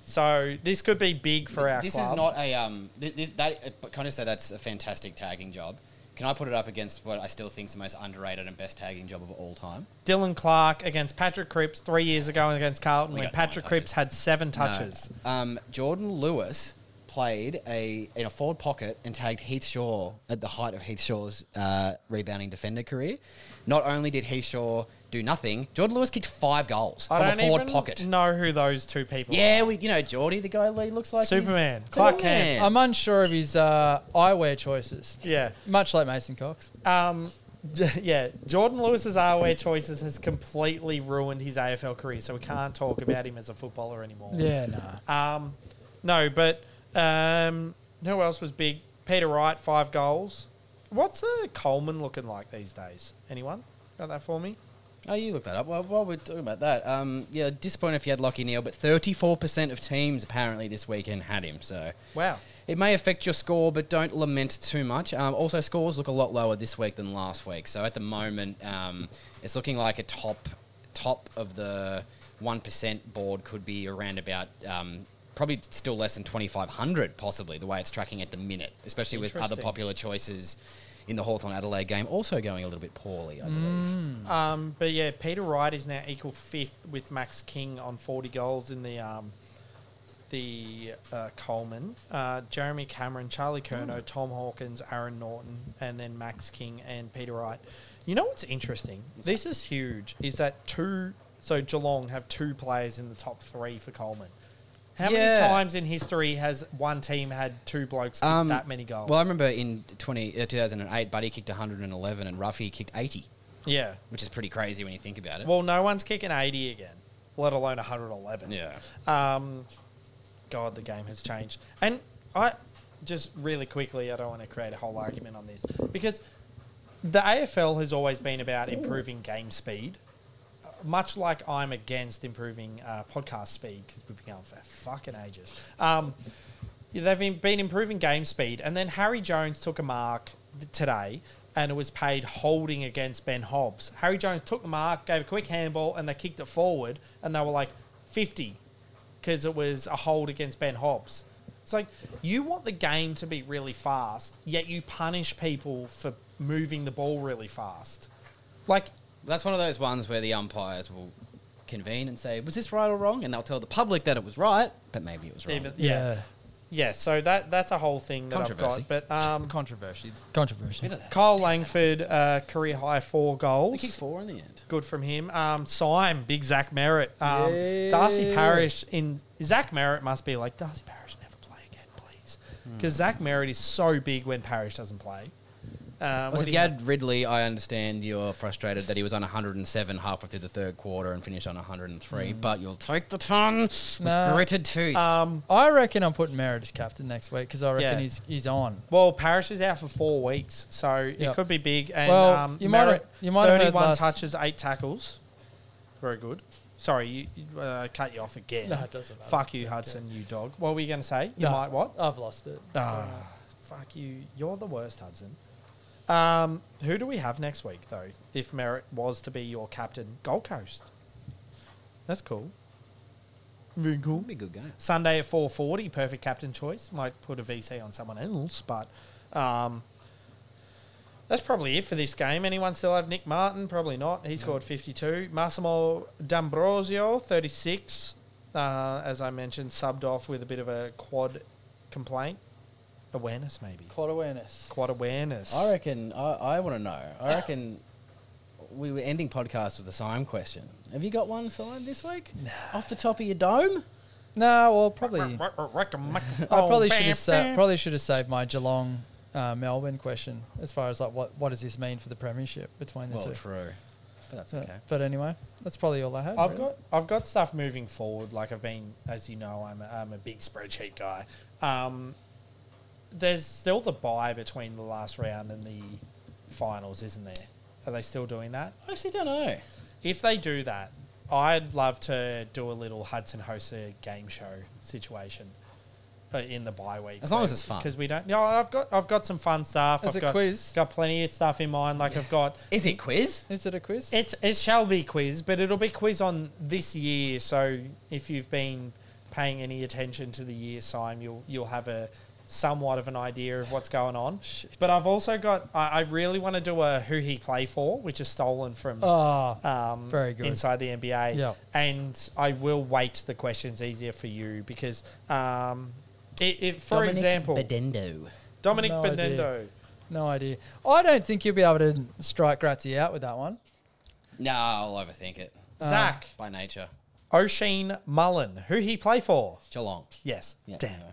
[SPEAKER 3] So this could be big for our
[SPEAKER 2] This
[SPEAKER 3] club.
[SPEAKER 2] is not a. um. This, this, that, but can I say that's a fantastic tagging job? Can I put it up against what I still think is the most underrated and best tagging job of all time?
[SPEAKER 3] Dylan Clark against Patrick Cripps three years ago against Carlton
[SPEAKER 2] We
[SPEAKER 3] when
[SPEAKER 2] got nine
[SPEAKER 3] Patrick
[SPEAKER 2] touches.
[SPEAKER 3] Cripps had seven
[SPEAKER 2] No.
[SPEAKER 3] touches.
[SPEAKER 2] Um, Jordan Lewis played a in a forward pocket and tagged Heath Shaw at the height of Heath Shaw's uh, rebounding defender career. Not only did Heath Shaw do nothing, Jordan Lewis kicked five goals
[SPEAKER 3] I
[SPEAKER 2] from
[SPEAKER 3] don't
[SPEAKER 2] a forward
[SPEAKER 3] even
[SPEAKER 2] pocket.
[SPEAKER 3] know who those two people
[SPEAKER 2] Yeah, we, you know Geordie, the guy who looks like he's-
[SPEAKER 3] Superman. Clark Kent.
[SPEAKER 2] Superman.
[SPEAKER 1] I'm unsure of his uh, eyewear choices.
[SPEAKER 3] are. Yeah.
[SPEAKER 1] Much like Mason Cox.
[SPEAKER 3] Um, j- yeah, Jordan Lewis's RWA choices has completely ruined his AFL career, so we can't talk about him as a footballer anymore.
[SPEAKER 1] Yeah, nah.
[SPEAKER 3] Um, no, but um, who else was big? Peter Wright, five goals. What's uh, Coleman looking like these days? Anyone got that for me?
[SPEAKER 2] Oh, you look that up. Well, while we're talking about that, um, yeah, disappointed if you had Lockie Neal, but 34% of teams apparently this weekend had him. So
[SPEAKER 3] Wow.
[SPEAKER 2] it may affect your score, but don't lament too much. Um, also, scores look a lot lower this week than last week. So at the moment, um, it's looking like a top top of the one percent board could be around about. Um, Probably still less than 2,500, possibly, the way it's tracking at the minute, especially with other
[SPEAKER 3] Interesting.
[SPEAKER 2] popular choices in the Hawthorn Adelaide game also going a little bit poorly, I believe.
[SPEAKER 3] Um, but yeah, Peter Wright is now equal fifth with Max King on forty goals in the um, the uh, Coleman. Uh, Jeremy Cameron, Charlie Kerno,
[SPEAKER 2] Hmm.
[SPEAKER 3] Tom Hawkins, Aaron Norton, and then Max King and Peter Wright. You know what's interesting? This is huge. Is that two? So Geelong have two players in the top three for Coleman. How many
[SPEAKER 2] Yeah.
[SPEAKER 3] times in history has one team had two blokes kick
[SPEAKER 2] Um,
[SPEAKER 3] that many goals?
[SPEAKER 2] Well, I remember in 20, uh, 2008, Buddy kicked 111 and Ruffy kicked 80,
[SPEAKER 3] yeah.
[SPEAKER 2] which is pretty crazy when you think about it.
[SPEAKER 3] Well, no one's kicking eighty again, let alone one hundred eleven.
[SPEAKER 2] yeah.
[SPEAKER 3] Um, God, the game has changed. And I just really quickly, I don't want to create a whole argument on this because the AFL has always been about improving game speed, uh, much like I'm against improving uh, podcast speed because we've been going for fucking ages. Um, they've been, been improving game speed, and then Harry Jones took a mark th- today. And it was paid holding against Ben Hobbs. Harry Jones took the mark, gave a quick handball, and they kicked it forward. And they were like, 50 because it was a hold against Ben Hobbs. It's like you want the game to be really fast, yet you punish people for moving the ball really fast. Like,
[SPEAKER 2] That's one of those ones where the umpires will convene and say, was this right or wrong? And they'll tell the public that it was right, but maybe it was wrong.
[SPEAKER 3] even, yeah. yeah, So that that's a whole thing that I've
[SPEAKER 2] Controversy.
[SPEAKER 3] got. But um,
[SPEAKER 1] Controversy. Controversy.
[SPEAKER 2] Bit of that.
[SPEAKER 3] Kyle Langford, uh, career high four
[SPEAKER 2] We kicked
[SPEAKER 3] goals.
[SPEAKER 2] four in the end.
[SPEAKER 3] Good from him. Um, Syme, big Zach Merritt. Um,
[SPEAKER 1] Yeah.
[SPEAKER 3] Darcy Parish in Zach Merritt must be like Darcy Parish never play again, please, because Zach Merritt is so big when Parish doesn't play. Uh,
[SPEAKER 2] Also,
[SPEAKER 3] what
[SPEAKER 2] if
[SPEAKER 3] do
[SPEAKER 2] you
[SPEAKER 3] have?
[SPEAKER 2] had Ridley, I understand you're frustrated that he was on 107 halfway through the third quarter and finished on 103,
[SPEAKER 3] Mm.
[SPEAKER 2] but you'll take the ton with
[SPEAKER 1] Nah.
[SPEAKER 2] gritted teeth.
[SPEAKER 3] Um,
[SPEAKER 1] I reckon I'm putting Merritt as captain next week because I reckon
[SPEAKER 3] Yeah.
[SPEAKER 1] he's, he's on.
[SPEAKER 3] well, Parrish is out for four weeks, so it
[SPEAKER 1] Yep.
[SPEAKER 3] could be big. And
[SPEAKER 1] Well,
[SPEAKER 3] um,
[SPEAKER 1] you might
[SPEAKER 3] Merritt,
[SPEAKER 1] have- you might have heard
[SPEAKER 3] thirty-one
[SPEAKER 1] last-
[SPEAKER 3] touches, eight tackles, very good. Sorry, you, you, uh, cut you off again.
[SPEAKER 1] No, it doesn't matter.
[SPEAKER 3] Fuck you, Hudson, you dog. What were you going to say? You
[SPEAKER 1] No,
[SPEAKER 3] might what?
[SPEAKER 1] I've lost it.
[SPEAKER 3] Ah, fuck you. You're the worst, Hudson. Um, who do we have next week though? If Merritt was to be your captain, Gold Coast. That's cool.
[SPEAKER 2] Very cool. Be a good game.
[SPEAKER 3] Sunday at four forty, perfect captain choice. Might put a VC on someone else, but um, that's probably it for this game. Anyone still have Nick Martin? Probably not. He scored fifty two. Massimo D'Ambrosio thirty six. Uh, as I mentioned, subbed off with a bit of a quad complaint, awareness maybe
[SPEAKER 1] Quad awareness.
[SPEAKER 3] quad awareness.
[SPEAKER 2] I reckon. I, I want to know. I reckon. we were ending podcasts with a Sime question. Have you got one, Sime, this week? Off the top of your dome?
[SPEAKER 1] No, well, probably. I
[SPEAKER 3] I
[SPEAKER 1] probably should have sa- probably should have saved my Geelong uh, Melbourne question as far as like what what does this mean for the premiership between the two.
[SPEAKER 2] true. But that's
[SPEAKER 1] So-
[SPEAKER 2] okay.
[SPEAKER 1] But anyway, that's probably all I had.
[SPEAKER 3] I've
[SPEAKER 1] really.
[SPEAKER 3] got I've got stuff moving forward. Like I've been, as you know, I'm a, I'm a big spreadsheet guy. Um, there's still the buy between the last round and the finals, isn't there? Are they still doing that?
[SPEAKER 2] I actually don't know.
[SPEAKER 3] If they do that, I'd love to do a little Hudson Hosa game show situation uh, in the bye week.
[SPEAKER 2] As long as it's fun.
[SPEAKER 3] because we don't. No, I've got I've got some fun stuff.
[SPEAKER 1] Is
[SPEAKER 3] I've
[SPEAKER 1] it
[SPEAKER 3] got,
[SPEAKER 1] quiz?
[SPEAKER 3] Got plenty of stuff in mind. Like I've got
[SPEAKER 2] Is it quiz?
[SPEAKER 1] Is it a quiz?
[SPEAKER 3] it, it shall be quiz, but it'll be quiz on this year. So if you've been paying any attention to the year sign, you'll you'll have a somewhat of an idea of what's going on. But I've also got I, I really want to do a who he play for, which is stolen from
[SPEAKER 1] Ah,
[SPEAKER 3] um,
[SPEAKER 1] Very good.
[SPEAKER 3] inside the NBA.
[SPEAKER 1] Yeah.
[SPEAKER 3] And I will weight the questions easier for you because, um, it, it, for
[SPEAKER 2] Dominic
[SPEAKER 3] example,
[SPEAKER 2] Bedendo.
[SPEAKER 3] Dominic
[SPEAKER 1] No idea.
[SPEAKER 3] Benendo.
[SPEAKER 1] no idea. I don't think you'll be able to strike Grazzi out with that one.
[SPEAKER 2] No, I'll overthink it.
[SPEAKER 3] Zach
[SPEAKER 2] By nature.
[SPEAKER 1] Uh,
[SPEAKER 3] O'Sheen Mullen, who he play for?
[SPEAKER 2] Geelong.
[SPEAKER 3] Yes.
[SPEAKER 2] Yeah,
[SPEAKER 3] Damn.
[SPEAKER 2] anyway.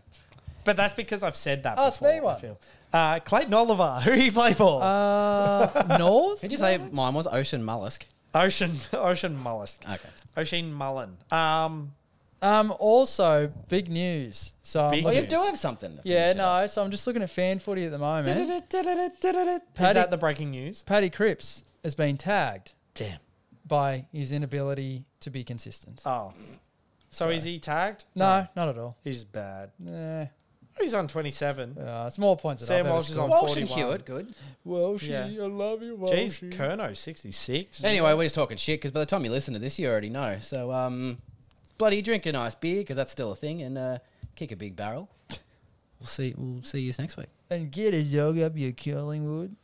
[SPEAKER 3] But that's because I've said that
[SPEAKER 1] Ask
[SPEAKER 3] before.
[SPEAKER 1] Oh, me one.
[SPEAKER 3] I feel. Uh, Clayton Oliver, who he play for?
[SPEAKER 1] Uh, North?
[SPEAKER 2] Did you say mine was Ocean Mollusk?
[SPEAKER 3] Ocean Ocean Mullisk.
[SPEAKER 2] Okay.
[SPEAKER 3] Ocean Mullen. Um,
[SPEAKER 1] Um, also, big news. So I'm
[SPEAKER 2] Oh,
[SPEAKER 3] Big
[SPEAKER 1] looking-
[SPEAKER 2] you
[SPEAKER 3] Yes.
[SPEAKER 2] do have something. to
[SPEAKER 1] yeah,
[SPEAKER 2] finish it off.
[SPEAKER 1] no. So I'm just looking at fan footy at the moment.
[SPEAKER 3] is
[SPEAKER 1] Paddy-
[SPEAKER 3] that the breaking news?
[SPEAKER 1] Paddy Cripps has been tagged
[SPEAKER 3] Damn.
[SPEAKER 1] by his inability to be consistent.
[SPEAKER 3] Oh. So is he tagged?
[SPEAKER 1] no, not at all.
[SPEAKER 3] He's bad.
[SPEAKER 1] Nah,
[SPEAKER 3] He's on 27.
[SPEAKER 1] uh, it's more points than
[SPEAKER 3] Sam
[SPEAKER 1] I've ever
[SPEAKER 3] Walsh is
[SPEAKER 1] scored.
[SPEAKER 3] on-
[SPEAKER 2] Walsh and
[SPEAKER 3] 41.
[SPEAKER 2] Hewitt, good.
[SPEAKER 1] Well, she,
[SPEAKER 3] Yeah.
[SPEAKER 1] I love you, well,
[SPEAKER 3] Jeez,
[SPEAKER 1] she.
[SPEAKER 3] Kerno, 66.
[SPEAKER 2] Anyway, we're just talking shit because by the time you listen to this, you already know. So, um, bloody drink a nice beer because that's still a thing, and uh, kick a big barrel. We'll see. We'll see you next week.
[SPEAKER 1] And get a dog up your curling wood.